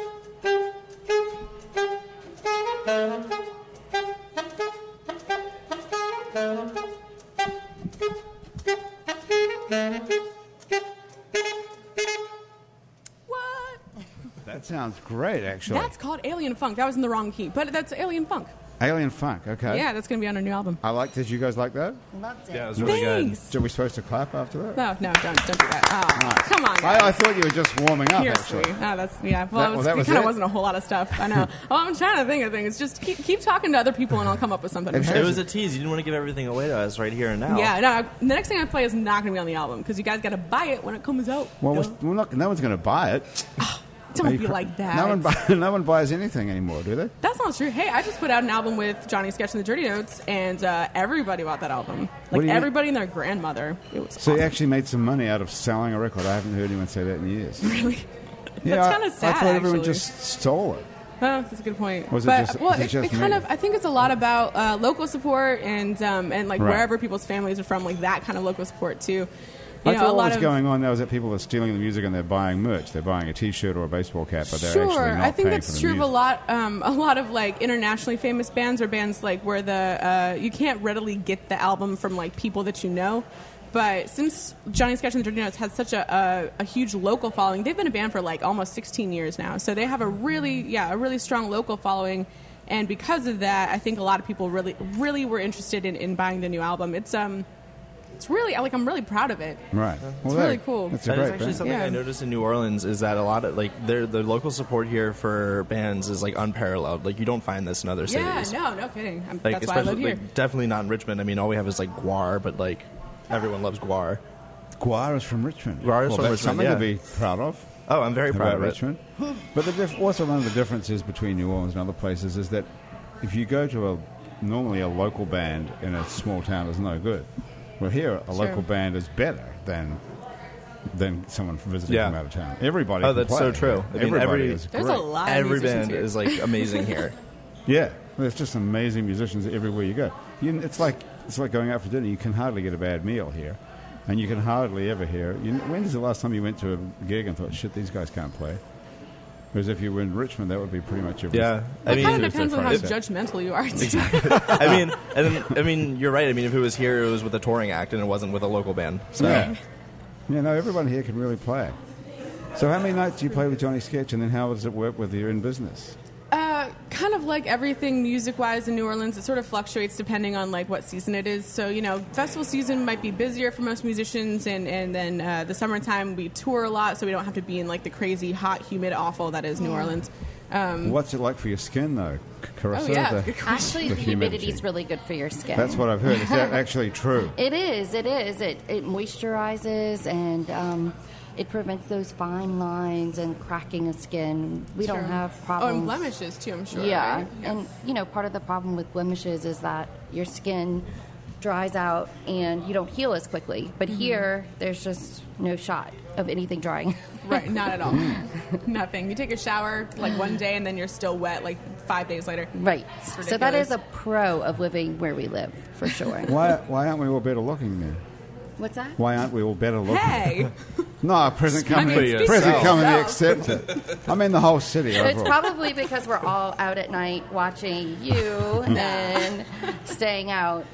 What?
That sounds great, actually.
That's called Alien Funk. That was in the wrong key, but that's Alien Funk.
Alien Funk, okay.
Yeah, that's going to be on our new album.
I liked it. You guys like that?
Loved it.
Yeah, it was really good.
Thanks. Oh,
Are we supposed to clap after that?
No, no, don't, don't do that. Oh, Come on.
I, I
guys.
thought you were just warming up,
Seriously,
actually.
no, that's yeah.
That-
Well, it,
well,
was,
that
it
was
kind
it?
of wasn't a whole lot of stuff. I know. well, I'm trying to think of things. Just keep, keep talking to other people, and I'll come up with something. I'm
It
sure.
It was a tease. You didn't want to give everything away to us right here and now.
Yeah, no. I- The next thing I play is not going to be on the album because you guys got to buy it when it comes out.
Well, we're- we're not, no one's going to buy it. Are
Don't
you
be
cr-
like that.
No one, buy, no one buys anything anymore, do they?
That's not true. Hey, I just put out an album with Johnny Sketch and the Dirty Notes, and uh, everybody bought that album.
What do
Like
you mean?
everybody and their grandmother. It was
So you
awesome.
actually made some money out of selling a record. I haven't heard anyone say that in years.
really.
Yeah,
That's
I-
kind of
I
sad.
thought everyone
actually.
just stole it.
Oh, that's a good point.
Was it
but
just-
well,
was it
it,
just
it kind
me?
of. I think it's a lot about uh, local support and um, and like
Right.
wherever people's families are from, like that kind of local support too. You
I
know,
thought
a
what
lot
was
of
going on there was that people are stealing the music and they're buying merch. They're buying a T-shirt or a baseball cap, but they're actually
sure.
not
I think
paying for
that's
the
true of a
music.
lot um, a lot of like internationally famous bands or bands like where the uh, you can't readily get the album from like people that you know. But since Johnny Sketch and the Dirty Notes had such a, a, a huge local following, they've been a band for like almost 16 years now. So they have a really, yeah, a really strong local following. And because of that, I think a lot of people really, really were interested in, in buying the new album. It's um, it's really like I'm really proud of it.
Right. Well,
It's
there-
really cool.
That's a
That is
great
actually
band.
something
Yeah.
I noticed in New Orleans is that a lot of like their the local support here for bands is like unparalleled. Like you don't find this in other
Yeah,
cities.
no, no kidding. I'm,
Like
that's why I live
especially
here.
like definitely not in Richmond. I mean, all we have is like Guar, but like everyone loves Guar.
Guar is from Richmond.
Guar is
well,
from
that's
Richmond,
Something
yeah.
to be proud of.
Oh, I'm very proud
about
of it.
Richmond. But the diff- also one of the differences between New Orleans and other places is that if you go to a normally a local band in a small town is no good. Well, here a local band is better than than someone visiting
Yeah.
from out of town. Everybody.
Oh,
can
that's
play
so
here.
true. I mean,
Everybody
every-
is
There's
great.
a lot of
Every
musicians
band
here.
is like amazing here.
Yeah, there's just amazing musicians everywhere you go. You, it's like it's like going out for dinner. You can hardly get a bad meal here, and you can hardly ever hear. You, when is the last time you went to a gig and thought, "Shit, these guys can't play"? Whereas if you were in Richmond, that would be pretty much every
Yeah, I
It
mean,
kind of
Tuesday,
depends on how
Friday.
judgmental you are. too.
I mean, and then, I mean, you're right. I mean, if it was here, it was with a touring act, and it wasn't with a local band. So
Yeah. yeah, no, everyone here can really play. So how many nights do you play with Johnny Sketch, and then how does it work with you in business?
uh, kind of like everything music-wise in New Orleans, it sort of fluctuates depending on like what season it is. So you know, festival season might be busier for most musicians, and and then uh, the summertime we tour a lot, so we don't have to be in like the crazy hot, humid, awful that is New Orleans. Um,
What's it like for your skin, though, C- Carissa?
oh yeah,
The-
Actually,
The
the
humidity.
humidity is really good for your skin.
that's what I've heard. Is that actually true?
It is. It is. It it moisturizes and um, it prevents those fine lines and cracking of skin. We don't have
oh,
problems.
and blemishes too. I'm sure.
Yeah,
right?
and you know, part of the problem with blemishes is that your skin dries out and you don't heal as quickly. But here, there's just no shot of anything drying.
Right, not at all. Nothing. You take a shower like one day, and then you're still wet like five days later.
right. So that
ridiculous.
is a pro of living where we live for sure.
Why, why aren't we all better looking then?
What's that?
Why aren't we all better looking?
Hey,
No, present company. uh,
mean, speak
present
for
company
yourself.
accept it. I mean, the whole city
It's
overall.
probably because we're all out at night watching you and staying out.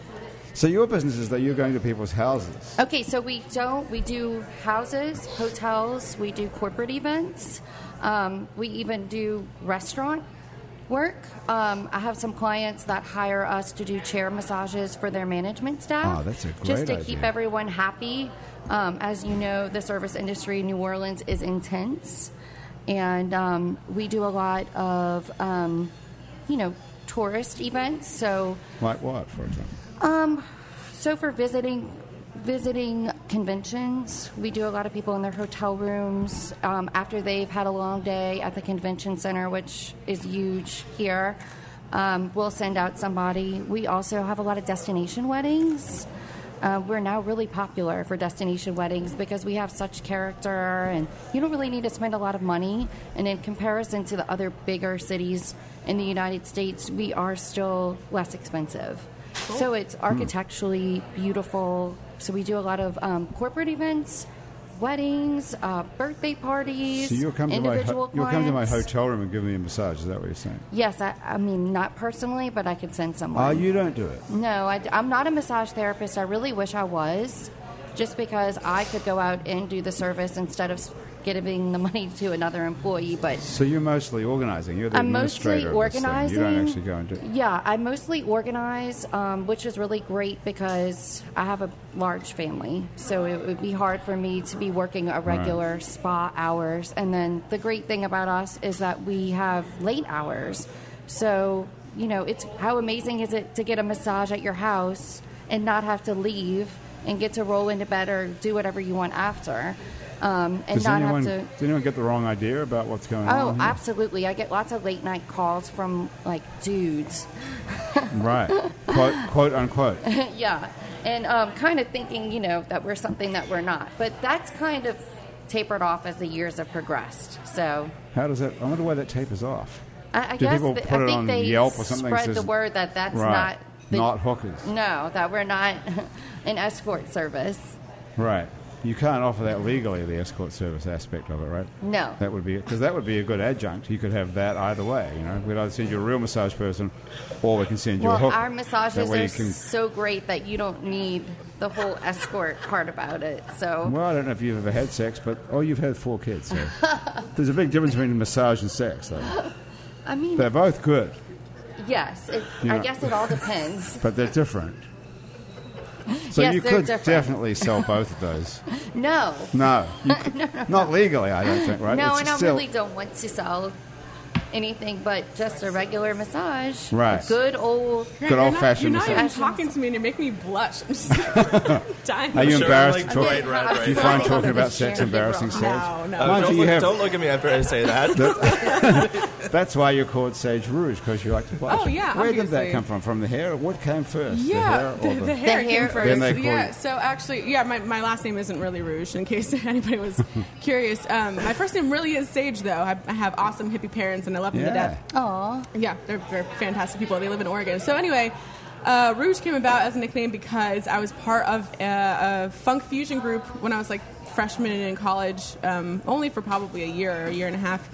so your business is that you're going to people's houses.
Okay, so we don't. We do houses, hotels. We do corporate events. Um, we even do restaurant work. Um, I have some clients that hire us to do chair massages for their management staff.
Oh, that's a great
Just to keep
idea.
everyone happy. Um, as you know, the service industry in New Orleans is intense, and um, we do a lot of, um, you know, tourist events. So.
Like what, for example?
Um, so for visiting visiting conventions, we do a lot of people in their hotel rooms um, after they've had a long day at the convention center, which is huge here. Um, we'll send out somebody. We also have a lot of destination weddings. Uh, we're now really popular for destination weddings because we have such character, and you don't really need to spend a lot of money. And in comparison to the other bigger cities in the United States, we are still less expensive. So it's architecturally beautiful. So we do a lot of um, corporate events, weddings, uh, birthday parties,
So you'll come to my
individual
ho- you'll come to my
clients.
hotel room and give me a massage. Is that what you're saying?
Yes, I, I mean, not personally, but I could send someone.
Oh, you don't do it.
No, I, am not a massage therapist. I really wish I was, just because I could go out and do the service instead of s- giving the money to another employee. But
So you're mostly organizing. You're the
I'm mostly
administrator. of this thing.
organizing.
You don't actually go and do it.
Yeah, I mostly organize, um, which is really great because I have a large family, so it would be hard for me to be working a regular spa hours. And then the great thing about us is that we have late hours, so you know it's how amazing is it to get a massage at your house and not have to leave and get to roll into bed or do whatever you want after, um, and
Does
not
anyone,
have to.
does anyone get the wrong idea about what's going
Oh,
on? here?
absolutely. I get lots of late night calls from like dudes.
Right. quote, quote unquote.
yeah. And um, kind of thinking, you know, that we're something that we're not. But that's kind of tapered off as the years have progressed. So
How does that? I wonder why that tapers off.
I, I
Do
guess
people
th-
put
I
it
think
on
they
Yelp or something?
spread
Says-
the word that that's
right.
not the,
not hookers.
No, that we're not an escort service.
Right. You can't offer that legally, the escort service aspect of it, right?
No.
That would be because that would be a good adjunct. You could have that either way. You know, we'd either send you a real massage person, or we can send you a
Well,
hooker.
our
That
massages
way
are
you can-
so great that you don't need the whole escort part about it. So
Well, I don't know if you've ever had sex, but oh, you've had four kids. So. There's a big difference between massage and sex. Though.
I mean,
They're both good,
yes, it,
You
I
know.
guess it all depends.
but they're different. So
Yes,
you
they're
could
different.
definitely sell both of those.
no,
No, you could- not legally, I don't think. Right?
No,
It's
and I
still-
really don't want to sell anything but just a regular massage.
Right.
A good old.
Good
You're not-
old-fashioned
You're not even
massage.
talking to me and you make me blush. I'm just dying.
Are you
Sure,
embarrassed
like,
to talk?
right, right, right.
Do you find
Sorry.
talking about sex embarrassing? Sage?
No, no.
Uh,
Mind
don't,
you, you
look,
have-
don't look at me after I say that.
That's why you're called Sage Rouge because you like to blush.
Oh, yeah,
Where did that
obviously.
come from? From the hair? What came first?
Yeah,
the hair. Or the,
The hair
came
first.
Then they call
yeah,
you-
so actually, yeah, my, my last name isn't really Rouge, in case anybody was curious. Um, my first name really is Sage, though. I, I have awesome hippie parents, and I love them to
Yeah.
death.
Aw.
Yeah, they're, they're fantastic people. They live in Oregon. So anyway, uh, Rouge came about as a nickname because I was part of a, a funk fusion group when I was like freshman in college, um, only for probably a year or a year and a half.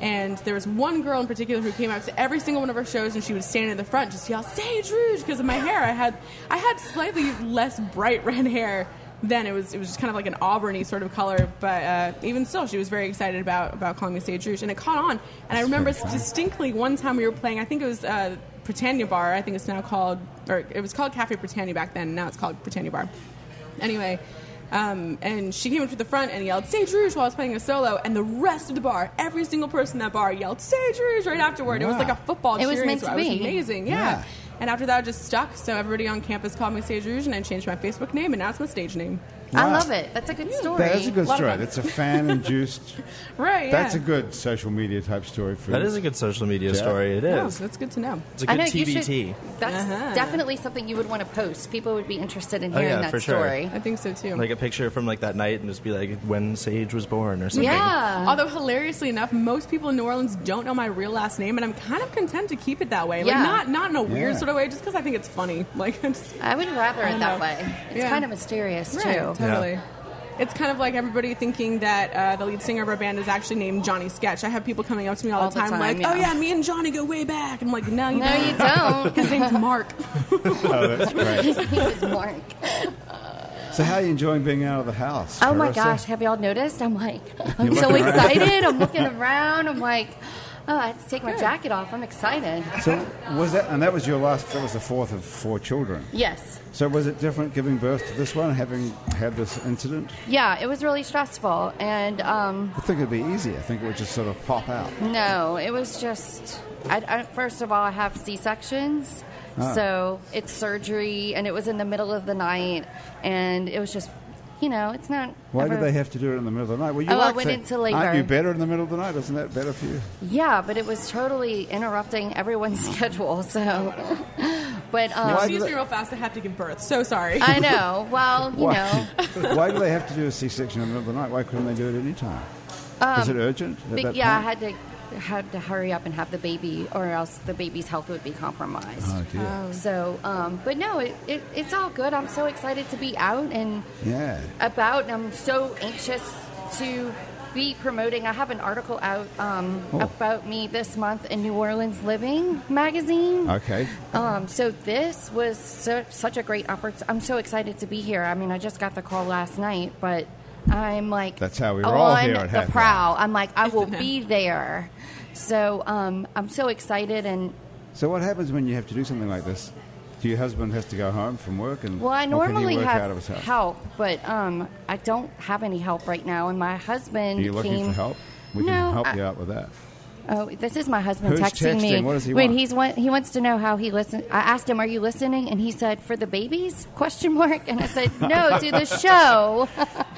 And there was one girl in particular who came out to every single one of our shows, and she would stand in the front just yell "Sage Rouge" because of my hair. I had I had slightly less bright red hair then. It was it was just kind of like an auburny sort of color, but uh, even still, she was very excited about about calling me Sage Rouge, and it caught on. And I remember
pretty cool.
distinctly one time we were playing. I think it was uh, Britannia Bar. I think it's now called, or it was called Cafe Britannia back then. Now it's called Britannia Bar. Anyway, um, and she came up to the front and yelled "Sage Rouge" while I was playing a solo, and the rest of the bar, every single person in that bar, yelled "Sage Rouge" right afterward. It was
Wow.
like a football.
It was
cheering,
meant
so
to
I was
be.
amazing. Yeah.
Yeah.
And after that, I just stuck. So everybody on campus called me Sage Rouge, and I changed my Facebook name, and now it's my stage name.
Wow.
I love it. That's a good story.
That is a good
Love
story.
them.
That's a fan induced.
Right.
That's a
yeah.
good social media type story for
that
you.
is a good social media
Yeah.
story. It
Oh,
is.
that's good to know.
It's a
I
good
know you
TBT.
should. That's
Uh-huh.
definitely something you would want to post. People would be interested in
Oh,
hearing
yeah,
that
for sure.
story.
I think so too.
Like a picture from like that night, and just be like when Sage was born or something.
Yeah.
Although hilariously enough, most people in New Orleans don't know my real last name, and I'm kind of content to keep it that way. Like
Yeah.
not not in a weird
Yeah.
sort of way, just because I think it's funny. Like I'm just,
I would rather
I
it that
know.
way. It's
Yeah.
kind of mysterious
right,
too.
totally. It's kind of like everybody thinking that uh, the lead singer of our band is actually named Johnny Sketch. I have people coming up to me all,
All the time,
like,
yeah.
"Oh yeah, me and Johnny go way back." I'm like, "No, you
No,
don't.
you don't.
His name's Mark."
Oh, that's great.
His name is Mark.
So, how are you enjoying being out of the house?
Oh my
Carissa?
gosh, have y'all noticed? I'm like, I'm
You're
so
looking around.
excited. I'm looking around. I'm like, oh, I have to take my jacket off. I'm excited.
So, was that, and that was your last, that was the fourth of four children.
Yes.
So, was it different giving birth to this one, having had this incident?
Yeah, it was really stressful. And um,
I think it'd be easy. I think it would just sort of pop out.
no, it was just, I, I, first of all, I have C sections.
Ah.
So it's surgery, and it was in the middle of the night. And it was just, you know, it's not.
Why
ever-
did they have to do it in the middle of the night? Well, you
Oh, I
like
went
to-
into labor.
Aren't you better in the middle of the night? Isn't that better for you?
Yeah, but it was totally interrupting everyone's schedule. So, but
Why
um,
do
Excuse
they-
me, real fast. I have to give birth. So sorry.
I know. Well, you know.
Why, why do they have to do a C-section in the middle of the night? Why couldn't they do it any time? Is it urgent? at
But
that
Um, yeah, I
point?
had to had to hurry up and have the baby, or else the baby's health would be compromised.
Oh, dear.
So, um, but no, it, it, it's all good. I'm so excited to be out and
Yeah.
about. and I'm so anxious to be promoting. I have an article out um,
Oh.
about me this month in New Orleans Living magazine.
Okay.
Um, so this was su- such a great opportunity. I'm so excited to be here. I mean, I just got the call last night, but I'm like,
That's how we roll
on
here at
the
Half
prowl. I'm like, I will be there. So um, I'm so excited, and
So what happens when you have to do something like this? Do your husband has to go home from work and
Well, I
or can he
normally
work out of
have
his house?
help, but um, I don't have any help right now. And my husband
Are you looking
came.
for help? We
No,
can help
I-
you out with that.
Oh, this is my husband
Who's
texting, me.
texting? What does he
Wait,
want?
he's want, he wants to know how he listen. I asked him, "Are you listening?" And he said, "For the babies?" Question mark. And I said, "No, to the show."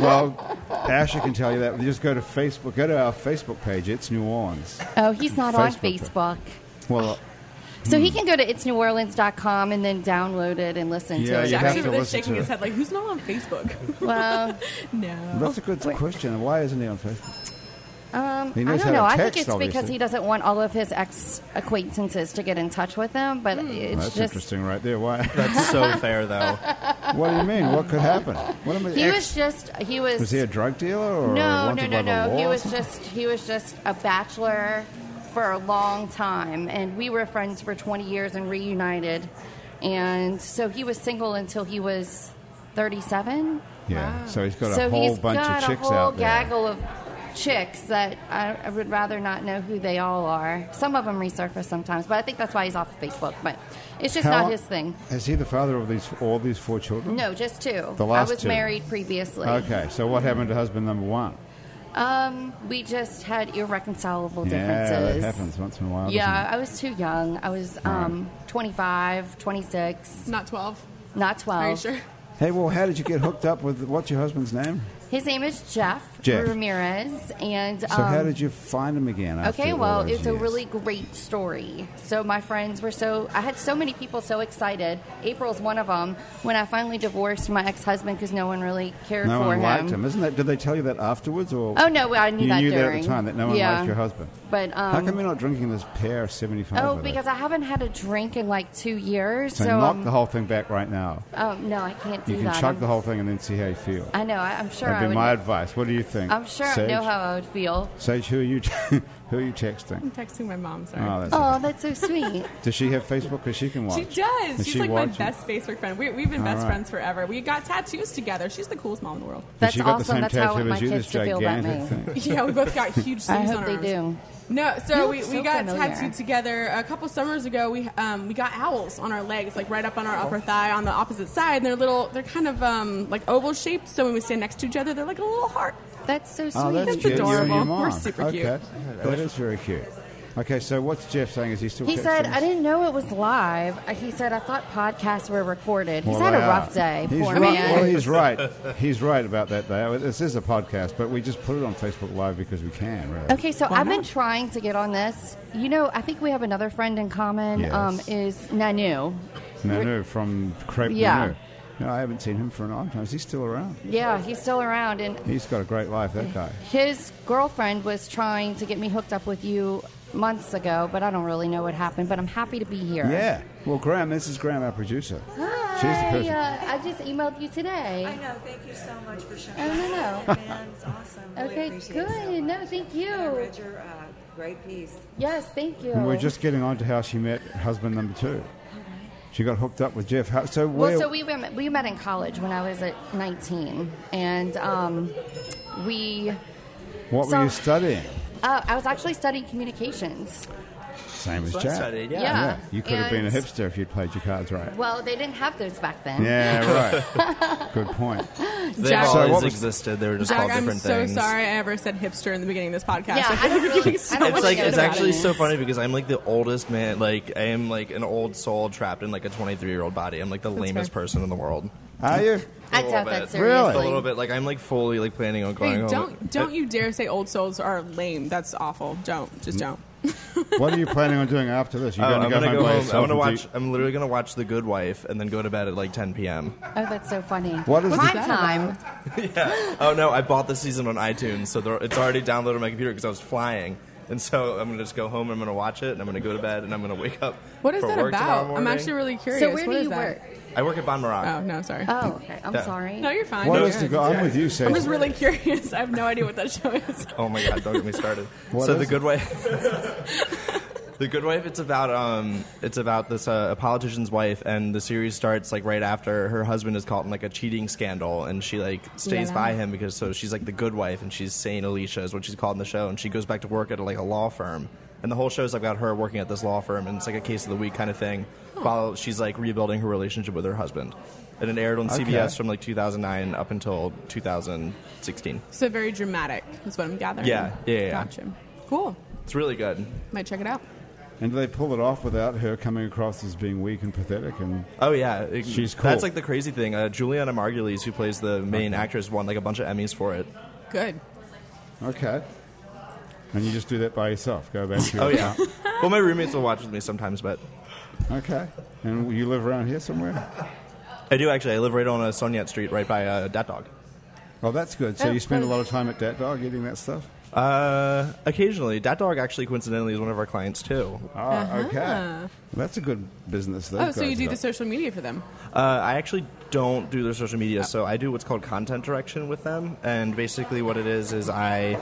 Well, Asher can tell you that. You just go to Facebook. Go to our Facebook page. It's New Orleans.
oh, he's not on
Facebook. Hmm.
Facebook.
Well,
So he can go to itsneworleans.com and then download it and listen
Yeah,
to it.
you
Jack's
have
over
to
there
listen
shaking
to
his
it.
head like, who's not on Facebook?
Well,
no.
that's a good question. Why isn't he on Facebook?
Um,
He
I
knows how
don't
to
know. I think
text,
it's because
obviously.
he doesn't want all of his ex acquaintances to get in touch with him. But it's
Hmm. That's
just
interesting, right there. Why?
That's so fair, though.
what do you mean? What could happen? What am I,
he
ex-
was just he was,
was he a drug dealer or
no no
wanted
no
by the
no
law
he
or
was
something?
just he was just a bachelor for a long time, and we were friends for 20 years and reunited, and so he was single until he was 37.
Yeah. So he's got a
so
whole
he's
bunch
got
of chicks
a whole
out there.
gaggle of chicks that I, I would rather not know who they all are. Some of them resurface sometimes, but I think that's why he's off of Facebook. But it's just
How-
not his thing.
Is he the father of these all these four children?
No, just two.
The last
I was
two.
married previously.
Okay. So what happened to husband number one?
Um, we just had irreconcilable
Yeah,
differences.
that happens once in a while.
Yeah,
doesn't
I was too young. I was um, 25, 26,
Not 12.
not 12.
Are you sure?
it? Hey, well, how did you get hooked up with what's your husband's name?
His name is Jeff,
Jeff.
Ramirez, and
So
um,
how did you find him again? After
Okay,
all
well,
those
it's a
years?
really great story. So my friends were so I had so many people so excited. April's one of them. When I finally divorced my ex-husband because no one really cared
no
for
one
him.
liked him, isn't that? Did they tell you that afterwards, or
Oh no, well, I knew
you
that
knew
during.
that at the time that no one
yeah.
liked your husband?
But um,
how come you're not drinking this pear seventy five?
Oh, because I haven't had a drink in like two years.
so,
So,
knock
um,
the whole thing back right now.
um, no, I can't do
You can
that.
chug
I'm-
the whole thing and then see how you feel.
I know. I, I'm sure I
That'd be
would.
my advice. What do you think?
I'm sure I
Sage?
know how I would feel.
Sage, who are you? who are you texting?
I'm texting my mom, sorry.
Oh, that's
Oh, that's so sweet.
Does she have Facebook? Because she can watch.
She does.
Is
She's
she
like
watching?
my best Facebook friend. We, we've been best
right.
friends forever. We got tattoos together. She's the coolest mom in the world.
Has
That's
she got the
awesome.
same
That's how I
tattoo
want
as
my
you,
kids
this
to feel about
gigantic
me.
thing?
Yeah, we both got huge.
I
sleeves
hope
on
they
ours.
do.
No,
You
so
look
we, we
so
got
familiar.
tattooed together a couple summers ago. We um, we got owls on our legs, like right up on our upper thigh on the opposite side. And they're little, they're kind of um, like oval shaped. So when we stand next to each other, they're like a little heart.
That's so sweet.
Oh, that's
That's
cute. You and your
adorable.
mom.
We're super
okay.
cute.
That is very cute. Okay, so what's Jeff saying? Is he still?
He
texting
said,
us?
"I didn't know it was live." Uh, He said, "I thought podcasts were recorded." He's
Well,
had a
they
rough
are.
day.
He's
poor
right.
man.
Well, he's right. He's right about that. Though this is a podcast, but we just put it on Facebook Live because we can. Really.
Okay, so
Why
I've been
not?
trying to get on this. You know, I think we have another friend in common.
Yes.
Um, is Nanu?
Nanu from Crepe
Yeah.
Nanu. No, I haven't seen him for a long time. Is he still around?
Yeah, he's still around, and
He's got a great life. That guy.
his girlfriend was trying to get me hooked up with you months ago, but I don't really know what happened. But I'm happy to be here.
Yeah. Well, Graham, this is Graham, our producer.
Hi,
She's the person.
Uh, I just emailed you today.
I know. Thank you so much for showing
Oh,
us
no,
that,
no.
man. It's awesome. Really
Okay,
appreciate it
good.
so much.
no, thank
I
you.
read your uh, great piece.
Yes, thank you.
And we're just getting on to how she met husband number two. She got hooked up with Jeff. How, so where?
Well, so we were, we met in college when I was at 19, and um, we
what were
so-
you studying?
uh, I was actually studying communications.
Same as
So I
Jack.
studied, yeah.
Yeah.
You could have been a
And-
hipster if you'd played your cards right.
Well, they didn't have those back then.
Yeah, right. Good point.
They
Jack-
So
always
what was-
existed. They were just
Jack,
called
I'm
different
so
things.
sorry I ever said hipster in the beginning of this podcast.
Yeah,
I
I
think
don't
we're
really-
getting
I
so
don't
much
really
It's like
know
shit
it's
about
actually
it.
so funny because I'm like the oldest man. Like I am like an old soul trapped in like a 23 year old body. I'm like the lamest
fair.
person in the world.
Are you?
A
I
little
doubt
bit.
that
Really?
seriously.
A little bit. Like I'm like fully like planning on going
Hey,
home.
don't don't you dare say old souls are lame. That's awful. Don't just don't.
What are you planning on doing after this? You're
Oh,
going to
I'm
go
gonna
home
go
by
home.
yourself
I'm gonna
and do-
watch. I'm literally gonna watch The Good Wife and then go to bed at like 10 p.m.
Oh, that's so funny.
What is
prime
that
time?
yeah. Oh no, I bought the season on iTunes, so they're- it's already downloaded on my computer because I was flying. And so I'm gonna just go home. and I'm gonna watch it, and I'm gonna go to bed, and I'm gonna wake up.
What is
for
that
work tomorrow
about? I'm
morning.
actually really curious.
So where
What
do
is
you
that?
work?
I work at Bon Maroc.
Oh no, sorry.
Oh, okay. I'm
Yeah.
sorry.
No, you're fine.
What
You're
else
good.
to go? I'm with you, Sam.
I'm just really curious. I have no idea what that show is.
Oh my god, don't get me started.
What
so
is
the
it?
good wife. the good wife. It's about um, it's about this uh, a politician's wife, and the series starts like right after her husband is caught in like a cheating scandal, and she like stays
Yeah.
by him because so she's like the good wife, and she's Saint Alicia is what she's called in the show, and she goes back to work at like a law firm. And the whole show is about her working at this law firm, and it's like a case of the week kind of thing, while she's like rebuilding her relationship with her husband. And it aired on CBS from like 2009 up until 2016.
So very dramatic is what I'm gathering.
Yeah, yeah, yeah.
Gotcha. Cool.
It's really good.
Might check it out.
And do they pull it off without her coming across as being weak and pathetic? And
Oh yeah, It-
She's cool.
That's like the crazy thing. Uh, Juliana Margulies, who plays the main actress, won like a bunch of Emmys for it.
Good.
okay, and you just do that by yourself. Go back to your
Oh yeah.
account.
well, my roommates will watch with me sometimes, but
Okay, and you live around here somewhere.
I do actually. I live right on uh, Soniat Street, right by uh, Dat Dog.
Oh, that's good. So
Oh,
you spend a
well-
lot of time at Dat Dog eating that stuff.
Uh, occasionally, Dat Dog actually coincidentally is one of our clients too.
Oh, okay. Well, that's a good business. Though.
Uh-huh. Oh, so you do the social media for them?
Uh, I actually don't do their social media, so I do what's called content direction with them. And basically, what it is is I.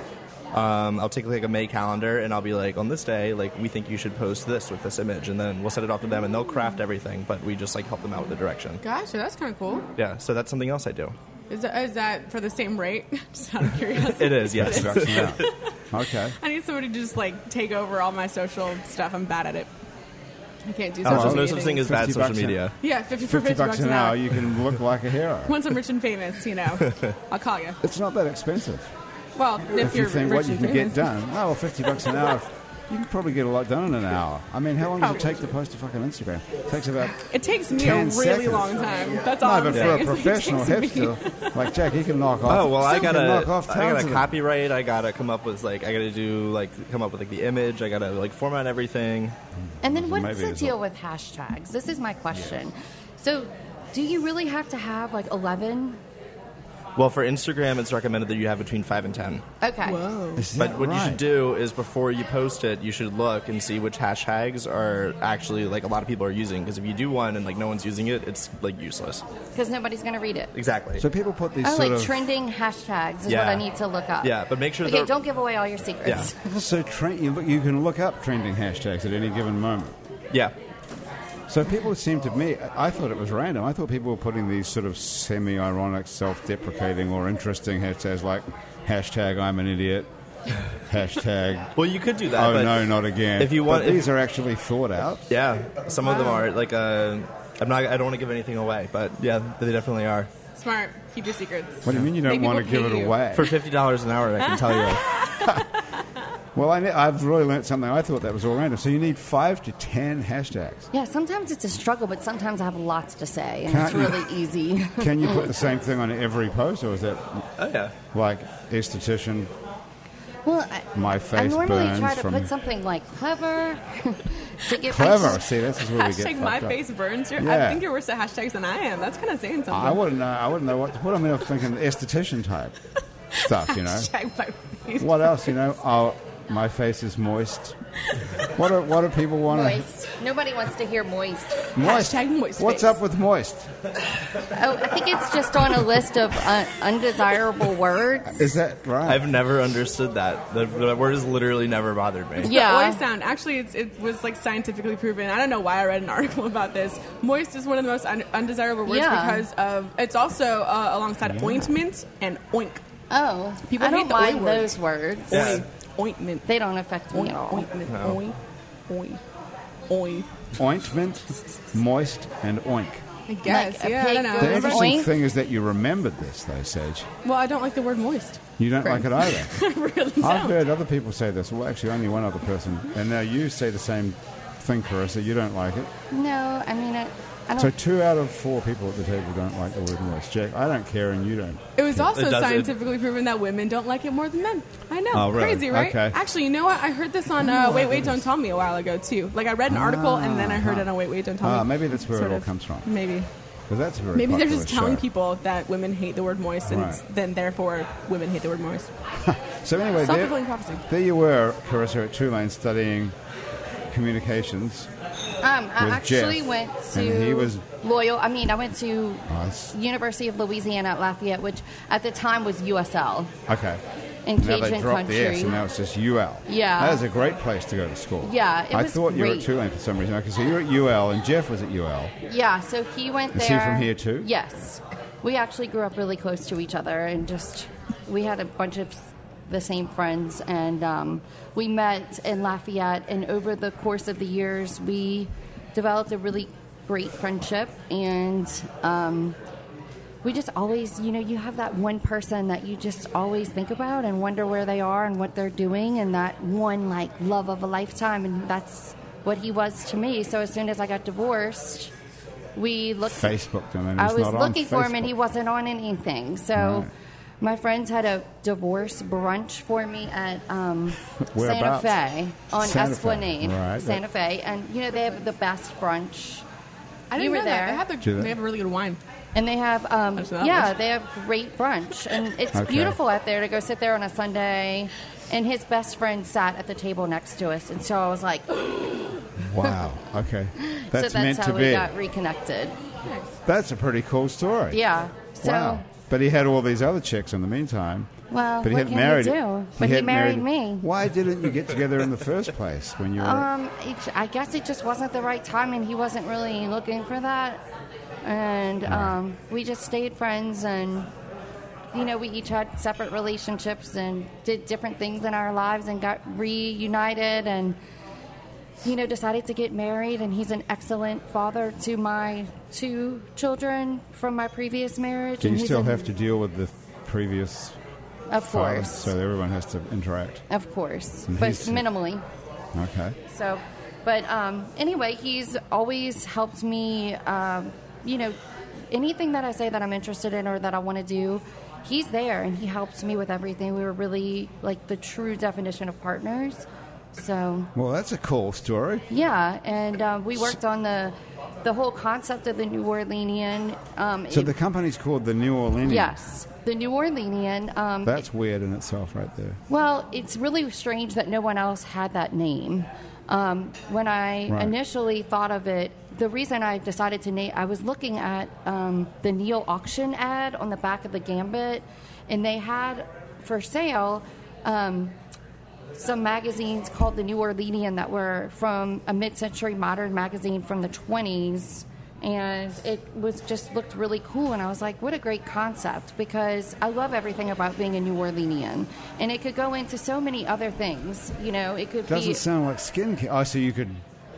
Um, I'll take like a May calendar and I'll be like, on this day, like we think you should post this with this image, and then we'll send it off to them, and they'll craft everything. But we just like help them out with the direction.
Gotcha. That's kind of cool.
Yeah, so that's something else I do.
Is that, is that for the same rate? just out of curiosity.
It is, yes.
Okay.
I need somebody to just like take over all my social stuff. I'm bad at it. I can't
Oh,
do
There's
social
no
media
such thing
things.
as Uh-huh. bad
50
social
bucks an-
media.
yeah, 50, for
50 bucks an hour, you can look like a hero.
Once I'm rich and famous, you know, I'll call you.
It's not that expensive.
Well, if,
If
you're
you think
rich
what you
and
can
famous.
get done, oh, well, 50 bucks an hour, you can probably get a lot done in an hour. I mean, how long does it
Probably.
take to post a fucking Instagram? It takes about.
It takes me a
10
really
seconds.
long time. That's all
No,
I'm
but for
saying.
a
is it
professional
takes me-
hipster like Jack, he can knock off.
Oh well, I
he can
gotta,
knock off
I gotta
tons of them.
copyright. I gotta come up with like, I gotta do like, come up with like the image. I gotta like format everything.
And then what's
Maybe
the
it's
deal with hashtags? This is my question. So, do you really have to have like 11?
Well, for Instagram, it's recommended that you have between five and ten.
Okay.
Whoa.
Is that
But what you
right?
should do is before you post it, you should look and see which hashtags are actually like a lot of people are using. Because if you do one and like no one's using it, it's like useless.
Because nobody's going to read it.
Exactly.
So people put these
Oh,
sort
like
of.
trending hashtags is what
Yeah.
I need to look up.
Yeah, but make sure
Okay,
they're-
don't give away all your secrets.
Yeah.
so trend, you, look, you can look up trending hashtags at any given moment.
yeah.
So people seem to me, I I thought it was random. I thought people were putting these sort of semi-ironic, self-deprecating or interesting hashtags like hashtag I'm an idiot, hashtag
Well, you could do that.
oh
but
no not again.
If you want,
but
if-
these are actually thought out.
yeah, some of them are like. Uh, I'm not. I don't want to give anything away, but yeah, they definitely are.
Smart. Keep your secrets.
What do you mean you don't
Make
want to
people
give it
hate you.
away?
For fifty dollars an hour, I can tell you.
well, I, ne- I've really learned something. I thought that was all random. So you need five to ten hashtags.
Yeah, sometimes it's a struggle, but sometimes I have lots to say, and it's
Can't you-
really easy.
Can you put the same thing on every post, or is that
Oh yeah.
like esthetician?
well, I,
My
I
face
normally
burns
try to
from-
put something like clever to get I
Clever.
just-
See, this is where we get
Hashtag my
fucked up.
face burns. You're,
Yeah.
I think you're worse at hashtags than I am. That's kind of saying something.
I wouldn't know. I wouldn't know what. What I mean, I'm thinking esthetician type stuff. You know.
Hashtag my face.
What else? You know, oh, my face is moist. What do, what do people want to
moist. Nobody wants to hear moist.
moist?
Hashtag moist
What's
face.
up with moist?
Oh, I think it's just on a list of uh, undesirable words.
Is that right?
I've never understood that. The, the word has literally never bothered me.
Yeah.
Oi sound. Actually, it's, it was like scientifically proven. I don't know why I read an article about this. Moist is one of the most un- undesirable words
Yeah.
because of it's also uh, alongside ointment and oink.
Oh,
People
I
hate
don't
the
mind
oil word.
those words.
Yeah.
Oink. Ointment.
They don't affect me
Oink.
at all.
Ointment. Oink. Oink. Oink.
Ointment, moist, and oink.
I guess.
a
yeah, I
pig
don't know.
goes
The
Remember
interesting
oink?
thing is that you remembered this, though, Sage.
Well, I don't like the word moist.
You don't like it either.
I really don't.
I've heard other people say this. Well, actually, only one other person. And now you say the same thing, Carissa. You don't like it.
No, I mean, I, I don't.
So two out of four people at the table don't like the word moist. Jack, I don't care, and you don't.
It was also
does- it-
scientifically proven that women don't like it more than men. I know,
Oh, really?
crazy, right?
Okay. Oh,
Actually, you know what? I heard this on uh, Wait, Wait, Don't Tell Me a while ago too. Like I read an article and then I heard
Ah.
it on Wait, Wait, Don't Tell
Ah,
Me.
maybe that's where it
Sort
all
of.
comes from.
Maybe.
Because that's a very
Maybe they're
popular
just telling
show.
people that women hate the word moist, and
Right.
s- then therefore women hate the word moist.
So anyway,
Self-fulfilling
there,
prophecy.
there you were, Carissa, at Tulane studying communications.
Um, I
With
actually
Jeff.
went to
And he was- Uh.
loyal. I mean, I went to
Nice.
University of Louisiana at Lafayette, which at the time was USL,
Okay. Now they
Engagement
dropped
Country.
the S, and now it's just UL.
Yeah.
That is a great place to go to school.
Yeah, it
I
was
thought you were at
great.
Tulane for some reason. Okay, so you were at UL, and Jeff was at UL.
Yeah, so he went
Is he
there.
from here too?
Yes. We actually grew up really close to each other and just, we had a bunch of s- the same friends and um, we met in Lafayette and over the course of the years we developed a really great friendship and um, we just always, you know, you have that one person that you just always think about and wonder where they are and what they're doing, and that one like love of a lifetime, and that's what he was to me. So as soon as I got divorced, we looked.
Facebooked him, and
I
he's
was
not on
looking for him, and
Facebook.
he wasn't on anything. So.
Right.
My friends had a divorce brunch for me at um, Santa
Whereabouts?
Fe on
Santa Fe,
Esplanade,
right.
Santa Fe, and you know they have the best brunch.
I didn't
you were
know
there.
that. They have,
Do
the,
they?
they have a really good wine.
And they have, um,
That's not
yeah,
much.
they have great brunch, and it's
Okay.
beautiful out there to go sit there on a Sunday. And his best friend sat at the table next to us, and so I was like,
Wow. Okay. That's
so that's
meant
how
to
we
be.
got reconnected.
That's a pretty cool story.
Yeah. So,
wow. But he had all these other chicks in the meantime.
Well,
but he
what
had
can you
married.
do? But he
had
married me.
Why didn't you get together in the first place when you were?
um, it, I guess it just wasn't the right time, and he wasn't really looking for that. And um, we just stayed friends, and you know, we each had separate relationships and did different things in our lives, and got reunited, and you know, decided to get married. And he's an excellent father to my two children from my previous marriage.
do
and
you
he's
still
an-
have to deal with the previous?
of
father?
course,
So everyone has to interact.
of course,
And
but
he's-
minimally.
Okay.
So, but um, anyway, he's always helped me. Um, you know, anything that I say that I'm interested in or that I want to do, he's there and he helps me with everything. We were really like the true definition of partners. So
Well, that's a cool story.
yeah, and um, we worked on the the whole concept of the New Orleanian. Um,
So
it-
the company's called the New Orleans.
yes, the New Orleanian. Um,
That's weird in itself, right there.
Well, it's really strange that no one else had that name. Um, when I
Right.
initially thought of it, the reason I decided to name, I was looking at um, the Neil auction ad on the back of the Gambit, and they had for sale um, some magazines called the New Orleanian that were from a mid-century modern magazine from the 20s and it was just looked really cool and I was like what a great concept because I love everything about being a New Orleanian and it could go into so many other things you know it could
Doesn't
be
sound like skincare. Oh, so you could.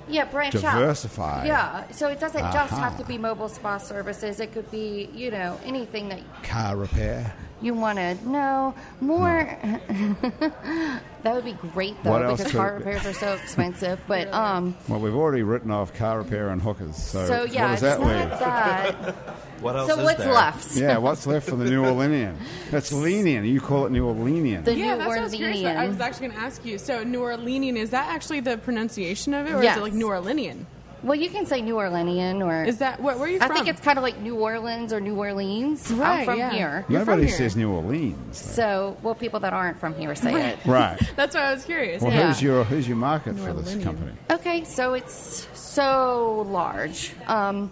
yeah, branch out.
Diversify.
Yeah, so it doesn't just
Aha.
have to be mobile spa services. It could be, you know, anything that
Car repair.
you wanted. No, more. that would be great though,
What else
because
could-
car repairs are so expensive. But um,
Well, we've already written off car repair and hookers. So,
so
what
yeah,
does
it's
that
not
leave?
that.
What else
so
is
what's
there?
left?
Yeah, what's left for the New Orleanian? That's Leanian. You call it New Orleanian.
The
Yeah,
New
that's what I was curious about. I was
Orleanian.
actually going to ask you. So New Orleanian is that actually the pronunciation of it, or
Yes.
is it like New Orleanian?
Well, you can say New Orleanian or.
Is that what? Where are you
I
from?
think it's kind of like New Orleans or New Orleans.
Right,
I'm from
yeah.
here.
You're from
Nobody
here.
says New Orleans.
So, well, people that aren't from here say it.
Right.
That's why I was curious.
Well,
yeah.
who's your who's your market for this
Orleanian.
company?
Okay, so it's so large. Um,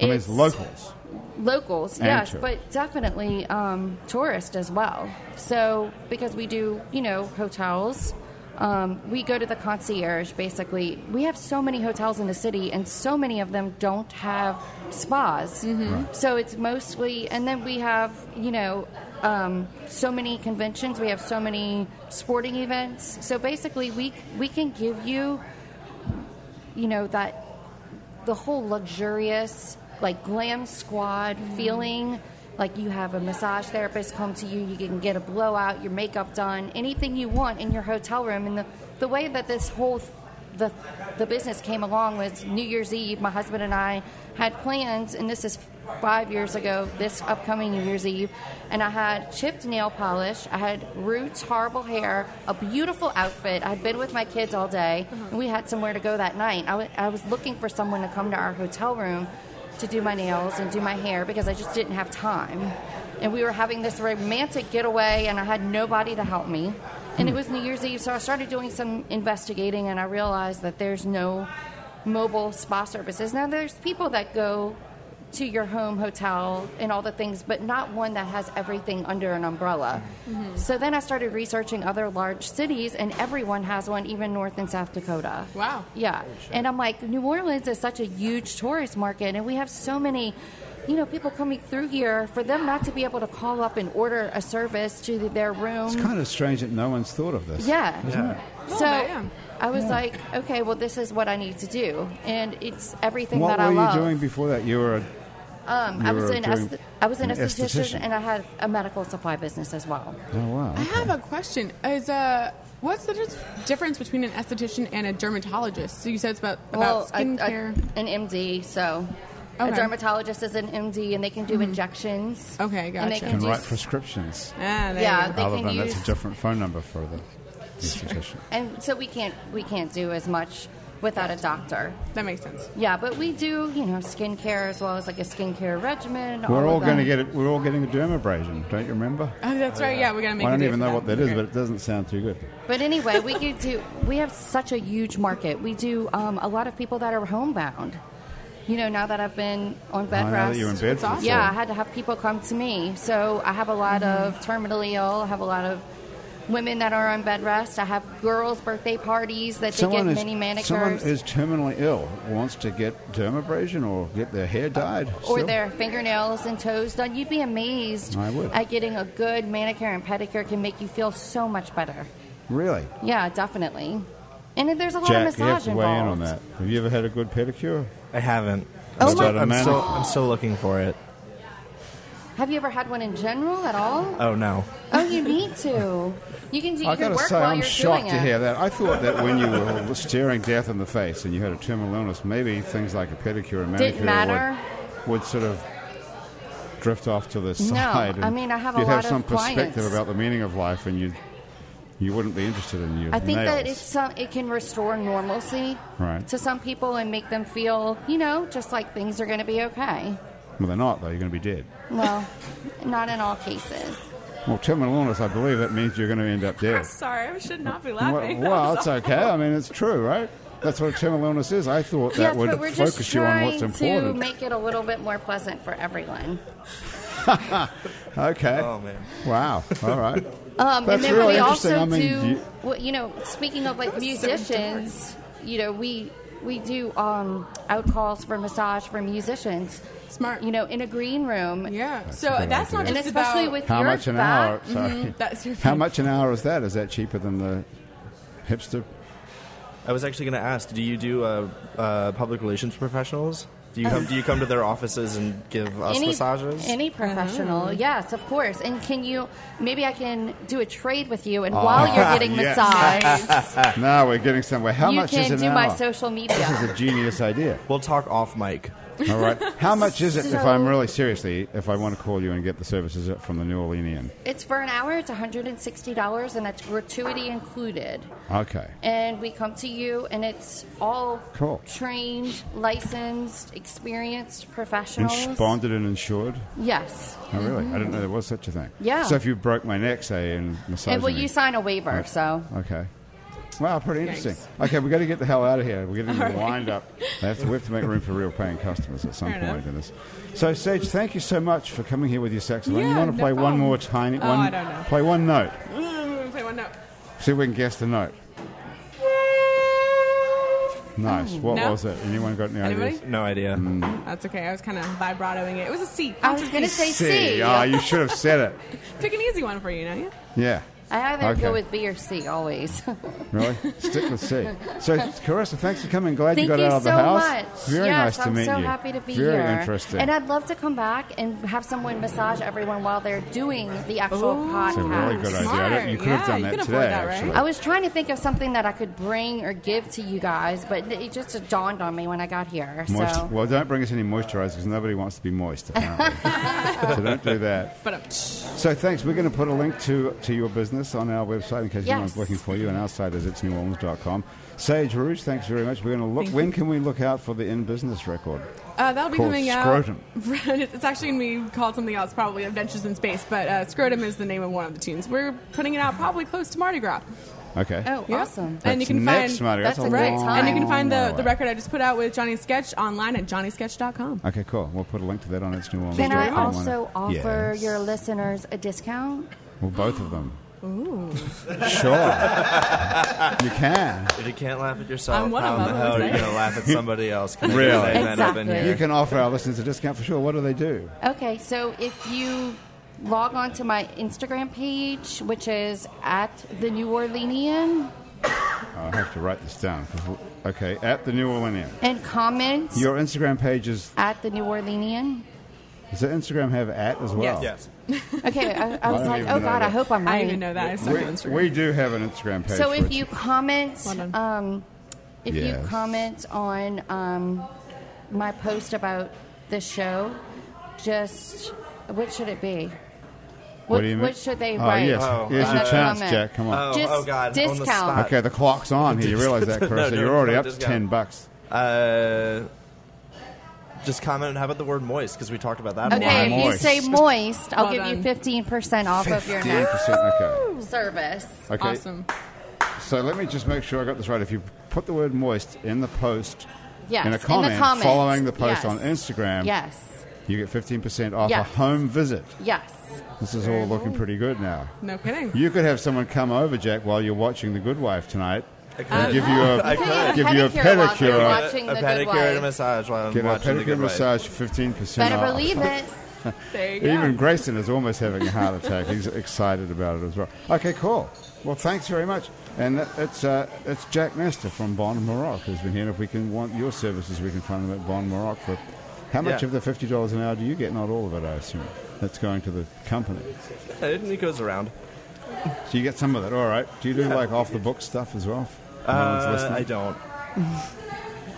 I mean, it's locals.
locals,
And
yes,
tourists.
but definitely um, tourists as well. So because we do, you know, hotels, um, we go to the concierge. Basically, we have so many hotels in the city, and so many of them don't have spas. So it's mostly, and then we have, you know. Um, so many conventions. We have so many sporting events. So basically, we we can give you, you know, that the whole luxurious, like glam squad feeling. Like you have a massage therapist come to you, you can get a blowout, your makeup done, anything you want in your hotel room. And the, the way that this whole th- the the business came along was New Year's Eve. My husband and I had plans, and this is five years ago. This upcoming New Year's Eve, and I had chipped nail polish. I had roots, horrible hair, a beautiful outfit. I had been with my kids all day, and we had somewhere to go that night. I wa- I was looking for someone to come to our hotel room to do my nails and do my hair because I just didn't have time. And we were having this romantic getaway, and I had nobody to help me. And it was New Year's Eve, so I started doing some investigating, and I realized that there's no mobile spa services. Now, there's people that go to your home hotel and all the things, but not one that has everything under an umbrella. So then I started researching other large cities, and everyone has one, even North and South Dakota.
Wow.
Yeah. And I'm like, New Orleans is such a huge tourist market, and we have so many, you know, people coming through here. For them not to be able to call up and order a service to their room.
It's kind of strange that no one's thought of this.
um, yeah.
Yeah.
So
bit, yeah.
I was like, okay, well, this is what I need to do, and it's everything
What
that I
were you
love.
doing before that? You were a
Um, I
You
was
were
an
doing
aesthet- I was an
an
esthetician,
esthetician.
and I had a medical supply business as well.
oh wow.
I have a question. Is uh, what's the dis- difference between an esthetician and a dermatologist? So you said it's about
well,
about
a- a-
skincare.
an MD, so
Okay. Mm-hmm.
a dermatologist is an MD, and they can do injections.
Okay,
And
gotcha.
they can,
And
do
write
s-
prescriptions.
ah, there
yeah,
you go.
they
Other
can
than
use,
that's a different phone number for the institution.
and so we can't we can't do as much without a doctor.
that makes sense.
Yeah, but we do you know skincare as well as like a skincare regimen.
We're all
of
going to
that.
get it. We're all getting a dermabrasion. Don't you remember?
Oh, that's right. Yeah, we're gonna make.
I
a
don't
day
even
for
know
that.
what that is,
Okay.
but it doesn't sound too good.
But anyway, we could do. We have such a huge market. We do um, a lot of people that are homebound. You know, now that I've been on bed
I know
rest,
Oh, that you're in bed.
That's
for
awesome.
yeah, I
the
had to have people come to me. So I have a lot
Mm-hmm.
of terminally ill. I have a lot of women that are on bed rest. I have girls' birthday parties that they get
Someone is,
mini manicures.
someone is terminally ill, wants to get dermabrasion or get their hair dyed.
or
still.
their fingernails and toes done. You'd be amazed
I would.
at getting a good manicure and pedicure can make you feel so much better.
Really?
Yeah, definitely. And then there's a lot of
Jack,
massage
you have to weigh
involved.
in on that. Have you ever had a good pedicure?
I haven't.
Oh
I'm
my-
still-
Is
I'm
that a
still,
man?
I'm still looking for it.
Have you ever had one in general at all?
Oh no.
Oh, you need to. You can do. You
I
can
gotta
work
say,
while
I'm
you're
shocked
doing
to
it.
hear that. I thought that when you were staring death in the face and you had a terminal illness, maybe things like a pedicure and manicure
Didn't matter.
Would, would sort of drift off to the side.
I mean, I have a
you'd have
lot of
some perspective
clients.
about the meaning of life, and you you wouldn't be interested in your
I think
nails.
that it's some, it can restore normalcy
Right.
to some people and make them feel, you know, just like things are going to be okay.
well, they're not though. You're going to be dead.
Well, not in all cases.
Well, terminal illness, I believe that means you're going to end up dead.
Sorry, I should not be
well, well, it's okay. I mean, it's true, right? That's what a terminal illness is. I thought that
yes,
would
but we're just
focus you on
trying
what's
to
important.
make it a little bit more pleasant for everyone.
okay.
Oh man.
Wow. All right.
Um,
That's
and then
really
we
interesting.
also
I mean,
do,
you-
well, you know, speaking of like
was so
musicians, you know, we we do um, out calls for massage for musicians.
Smart.
You know, in a green room.
yeah. so
a good
that's not
idea.
And
just
especially
about
with
How
your
much an
back,
hour? Sorry.
that's your
How
thing.
much an hour is that? Is that cheaper than the hipster?
I was actually going to ask. Do you do uh, uh, public relations professionals? Do you come? Do you come to their offices and give us massages?
Any professional, yes, of course. And can you? Maybe I can do a trade with you, and while you're getting
Oh. yes.
massaged,
No, we're getting somewhere. How
you
much is
can
an
do
hour?
my social media.
This is a genius idea.
we'll talk off mic.
All right. How much is it if
So-
I'm really seriously, if I want to call you and get the services from the New Orleanian?
It's for an hour. It's 160 dollars, and that's gratuity included.
Okay.
And we come to you, and it's all
Cool.
trained, licensed, experienced
And
professionals.
sh- bonded and insured?
Yes.
Oh, really? I didn't know there was such a thing.
Yeah.
So if you broke my neck, say, and massage
And well,
me.
you sign a waiver, so
Okay. Wow, pretty interesting. Okay, we've got to get the hell out of here. We're getting to wind up. They have to, we have to make room for real paying customers at some
Fair
point
enough.
in this. So, Sage, thank you so much for coming here with your saxophone. you
Yeah,
want to
no
play one
problem.
more tiny
Oh,
one?
I don't know.
Play one note.
Mm, play one note.
See if we can guess the note. Nice. what
No?
was it? Anyone got any
Anybody?
ideas?
No idea.
That's okay. I was kind of vibratoing it. It was a C.
I was going to say C.
C. Ah, you should have said it.
Pick an easy one for you, know you?
Yeah.
I either
Okay.
go with B or C always.
Really? Stick with C. So, Carissa, thanks for coming. Glad you
Thank
got
you
out of the
so
house.
much.
Very nice
yes,
to
I'm
meet
so
you.
happy to be
Very
here.
interesting.
And I'd love to come back and have someone massage everyone while they're doing the actual
Ooh.
podcast.
That's
It's a really good idea. I don't- You could have
Smart. Yeah,
done
you
that
could
today,
avoid that, right?
actually.
I was trying to think of something that I could bring or give to you guys, but it just dawned on me when I got here.
Moist-
So
Well, don't bring us any moisturizers because nobody wants to be moist. Apparently. so don't do that.
But um,
So thanks. We're going to put a link to to your business this on our website in case
Yes.
anyone's looking for you. And our site is itsneworleans.com. Sage Rouge, thanks very much. We're going to look.
Thank
when can we look out for the in business record?
Uh, that'll be
Called
coming
Scrotum.
out. it's actually going to be called something else, probably Adventures in Space, but uh, Scrotum is the name of one of the tunes. We're putting it out probably close to Mardi Gras.
Okay.
Oh,
Yeah.
awesome.
And you
That's
can
next
find-
Mardi Gras.
that's
That's a
a great
long
time.
And you can find the, the
way.
record I just put out with Johnny Sketch online at johnnysketch.com.
Okay, cool. We'll put a link to that on its New Orleans.
Can I
dot com.
also offer
Yes.
your listeners a discount?
Well, both of them. Ooh. Sure. you can.
If you can't laugh at yourself,
I'm one
how
of
in the
them,
hell
I'm
are you
saying.
going to laugh at somebody else? Can I get
Really?
an amen up in
Exactly.
here?
You can offer our listeners a discount for sure. What do they do?
Okay, so if you log on to my Instagram page, which is at the New Orleanian,
I have to write this down. 'cause we'll- Okay, at the New Orleanian.
and comment
Your Instagram page is.
at the New Orleanian.
Does the Instagram have at as well?
Yes.
Okay, I, I was
don't
like,
even
oh
know
God, I
that.
hope I'm
I
right.
didn't even know that. I stuck on
We,
Instagram.
we do have an Instagram page.
So
for
if
it.
you comment,
Well done.
um, if
Yes.
you comment on um, my post about the show, just what should it be? What,
do you mean?
what should they
Oh,
write?
yes.
Oh,
Here's your
uh,
chance,
comment.
Jack. Come on.
Oh,
Just
oh God. On the
discount.
spot.
okay, the clock's on here. You realize that, Chris?
No, no,
You're already
no
up to
discount.
10 bucks.
Uh, just comment. How about the word moist? Because we talked about that. a lot.
Okay, if you
Moist.
say moist, I'll
Well
give you
done.
fifteen percent off of your
10%.
next
Okay.
service.
okay.
Awesome.
So let me just make sure I got this right. If you put the word moist in the post,
Yes,
in
in
a
the
comment
comments.
following the post
Yes.
on Instagram,
Yes,
you get 15% off
Yes.
a home visit.
yes.
This is all looking pretty good now.
No kidding.
You could have someone come over, Jack, while you're watching The Good Wife tonight.
Uh,
And give you
I
a, give
could.
you a
while you're
pedicure.
watching
a
the
pedicure
good wife.
and a massage while I'm
get a
watching the
pedicure
good Wife.
massage, 15% off.
Better believe it.
there you go.
Even Grayson is almost having a heart attack. He's excited about it as well. Okay, cool. Well, thanks very much. And that- it's uh, it's Jack Nestor from Bond Maroc who's been here. And if we can want your services, we can find them at Bond Maroc for. How much
Yeah.
of the fifty dollars an hour do you get? Not all of it, I assume. That's going to the company.
It, it goes around.
So you get some of it. All right. Do you do like off the book stuff as well? No one's
Uh,
listening?
I don't.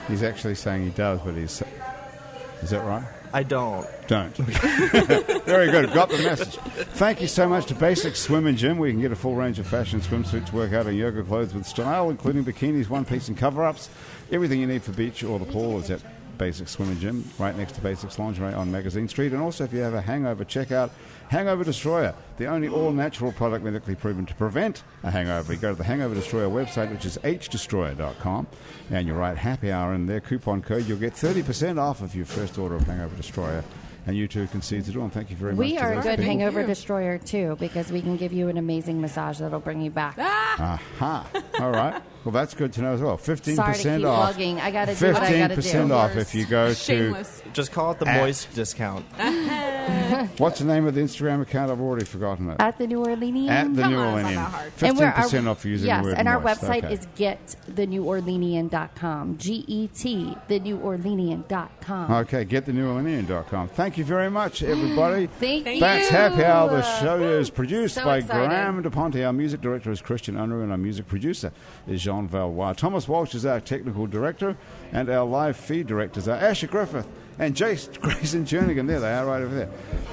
He's actually saying he does, but he's. Is that right?
I don't.
Don't. Very good. Got the message. Thank you so much to Basic Swim and Gym. We can get a full range of fashion swimsuits, workout, and yoga clothes with style, including bikinis, one piece, and cover ups. Everything you need for beach or the pool is at Basic Swim and Gym, right next to Basics Lingerie on Magazine Street. And also, if you have a hangover, check out Hangover Destroyer, the only all natural product medically proven to prevent a hangover. You go to the Hangover Destroyer website, which is hdestroyer.com, and you write happy hour in their coupon code. You'll get 30% off of your first order of Hangover Destroyer. And you too can see it all. And thank you very much.
We
to
are a
those
good
people.
hangover destroyer too, because we can give you an amazing massage that'll bring you back.
Aha. All right. Well, that's good to know as well. 15%
Sorry to keep
off.
bugging. I gotta do what I gotta do.
15% off if you go to.
Shameless.
Just call it the
Ah.
moist discount.
What's the name of the Instagram account? I've already forgotten it.
At the New Orleanian.
At the
Come
New
on,
Orleanian.
it's not that hard.
And we're- our-
15% off using
yes,
the word
and our
moist.
website
Okay.
is gettheneworleanian.com. G E T, theneworleanian.com.
Okay, getthenewilinian.com. Thank you very much, everybody.
Thank you.
That's Happy Hour. The show is produced
So
by
exciting.
Graham DePonte. Our music director is Christian Unruh, and our music producer is Jean Valois. Thomas Walsh is our technical director, and our live feed directors are Asher Griffith and Jace Grayson Jernigan. There they are, right over there.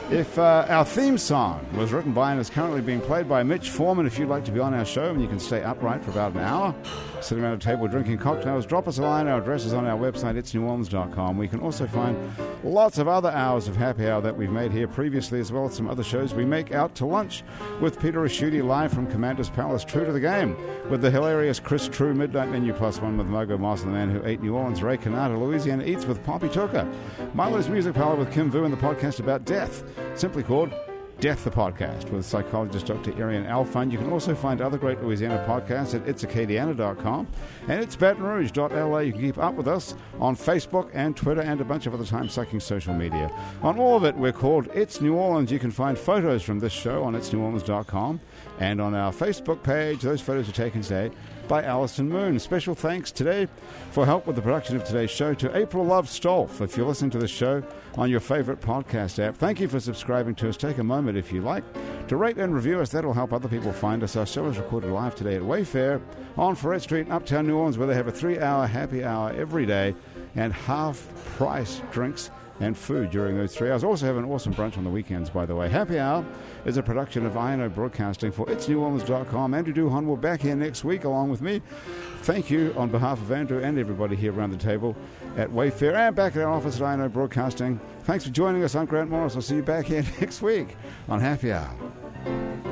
If uh, our theme song was written by and is currently being played by Mitch Foreman, if you'd like to be on our show and you can stay upright for about an hour, sitting around a table drinking cocktails, drop us a line. Our address is on our website, itsneworleans.com. We can also find lots of other hours of happy hour that we've made here previously, as well as some other shows we make out to lunch with Peter Asciuti live from Commander's Palace, True to the Game, with the hilarious Chris True Midnight Menu Plus One with Margot Moss and the Man Who Ate New Orleans, Ray Canada, Louisiana Eats with Poppy Tucker, Milo's Music Parlor with Kim Vu, and the podcast about death, simply called Death the Podcast with psychologist Dr. Arian Alfund. You can also find other great Louisiana podcasts at itsacadiana.com and it's batonrouge.la. You can keep up with us on Facebook and Twitter and a bunch of other time sucking social media. On all of it, we're called It's New Orleans. You can find photos from this show on itsneworleans.com and on our Facebook page. Those photos are taken today by Alison Moon. Special thanks today for help with the production of today's show to April Love Stolf. If you're listening to this show on your favorite podcast app, thank you for subscribing to us. Take a moment, if you like, to rate and review us. That'll help other people find us. Our show is recorded live today at Wayfair on Ferret Street in Uptown New Orleans, where they have a three hour happy hour every day and half price drinks and food during those three hours. Also have an awesome brunch on the weekends, by the way. Happy Hour is a production of INO Broadcasting for itsneworleans.com. Andrew Duhon will be back here next week along with me. Thank you on behalf of Andrew and everybody here around the table at Wayfair and back at our office at INO Broadcasting. Thanks for joining us. I'm Grant Morris. I'll see you back here next week on Happy Hour.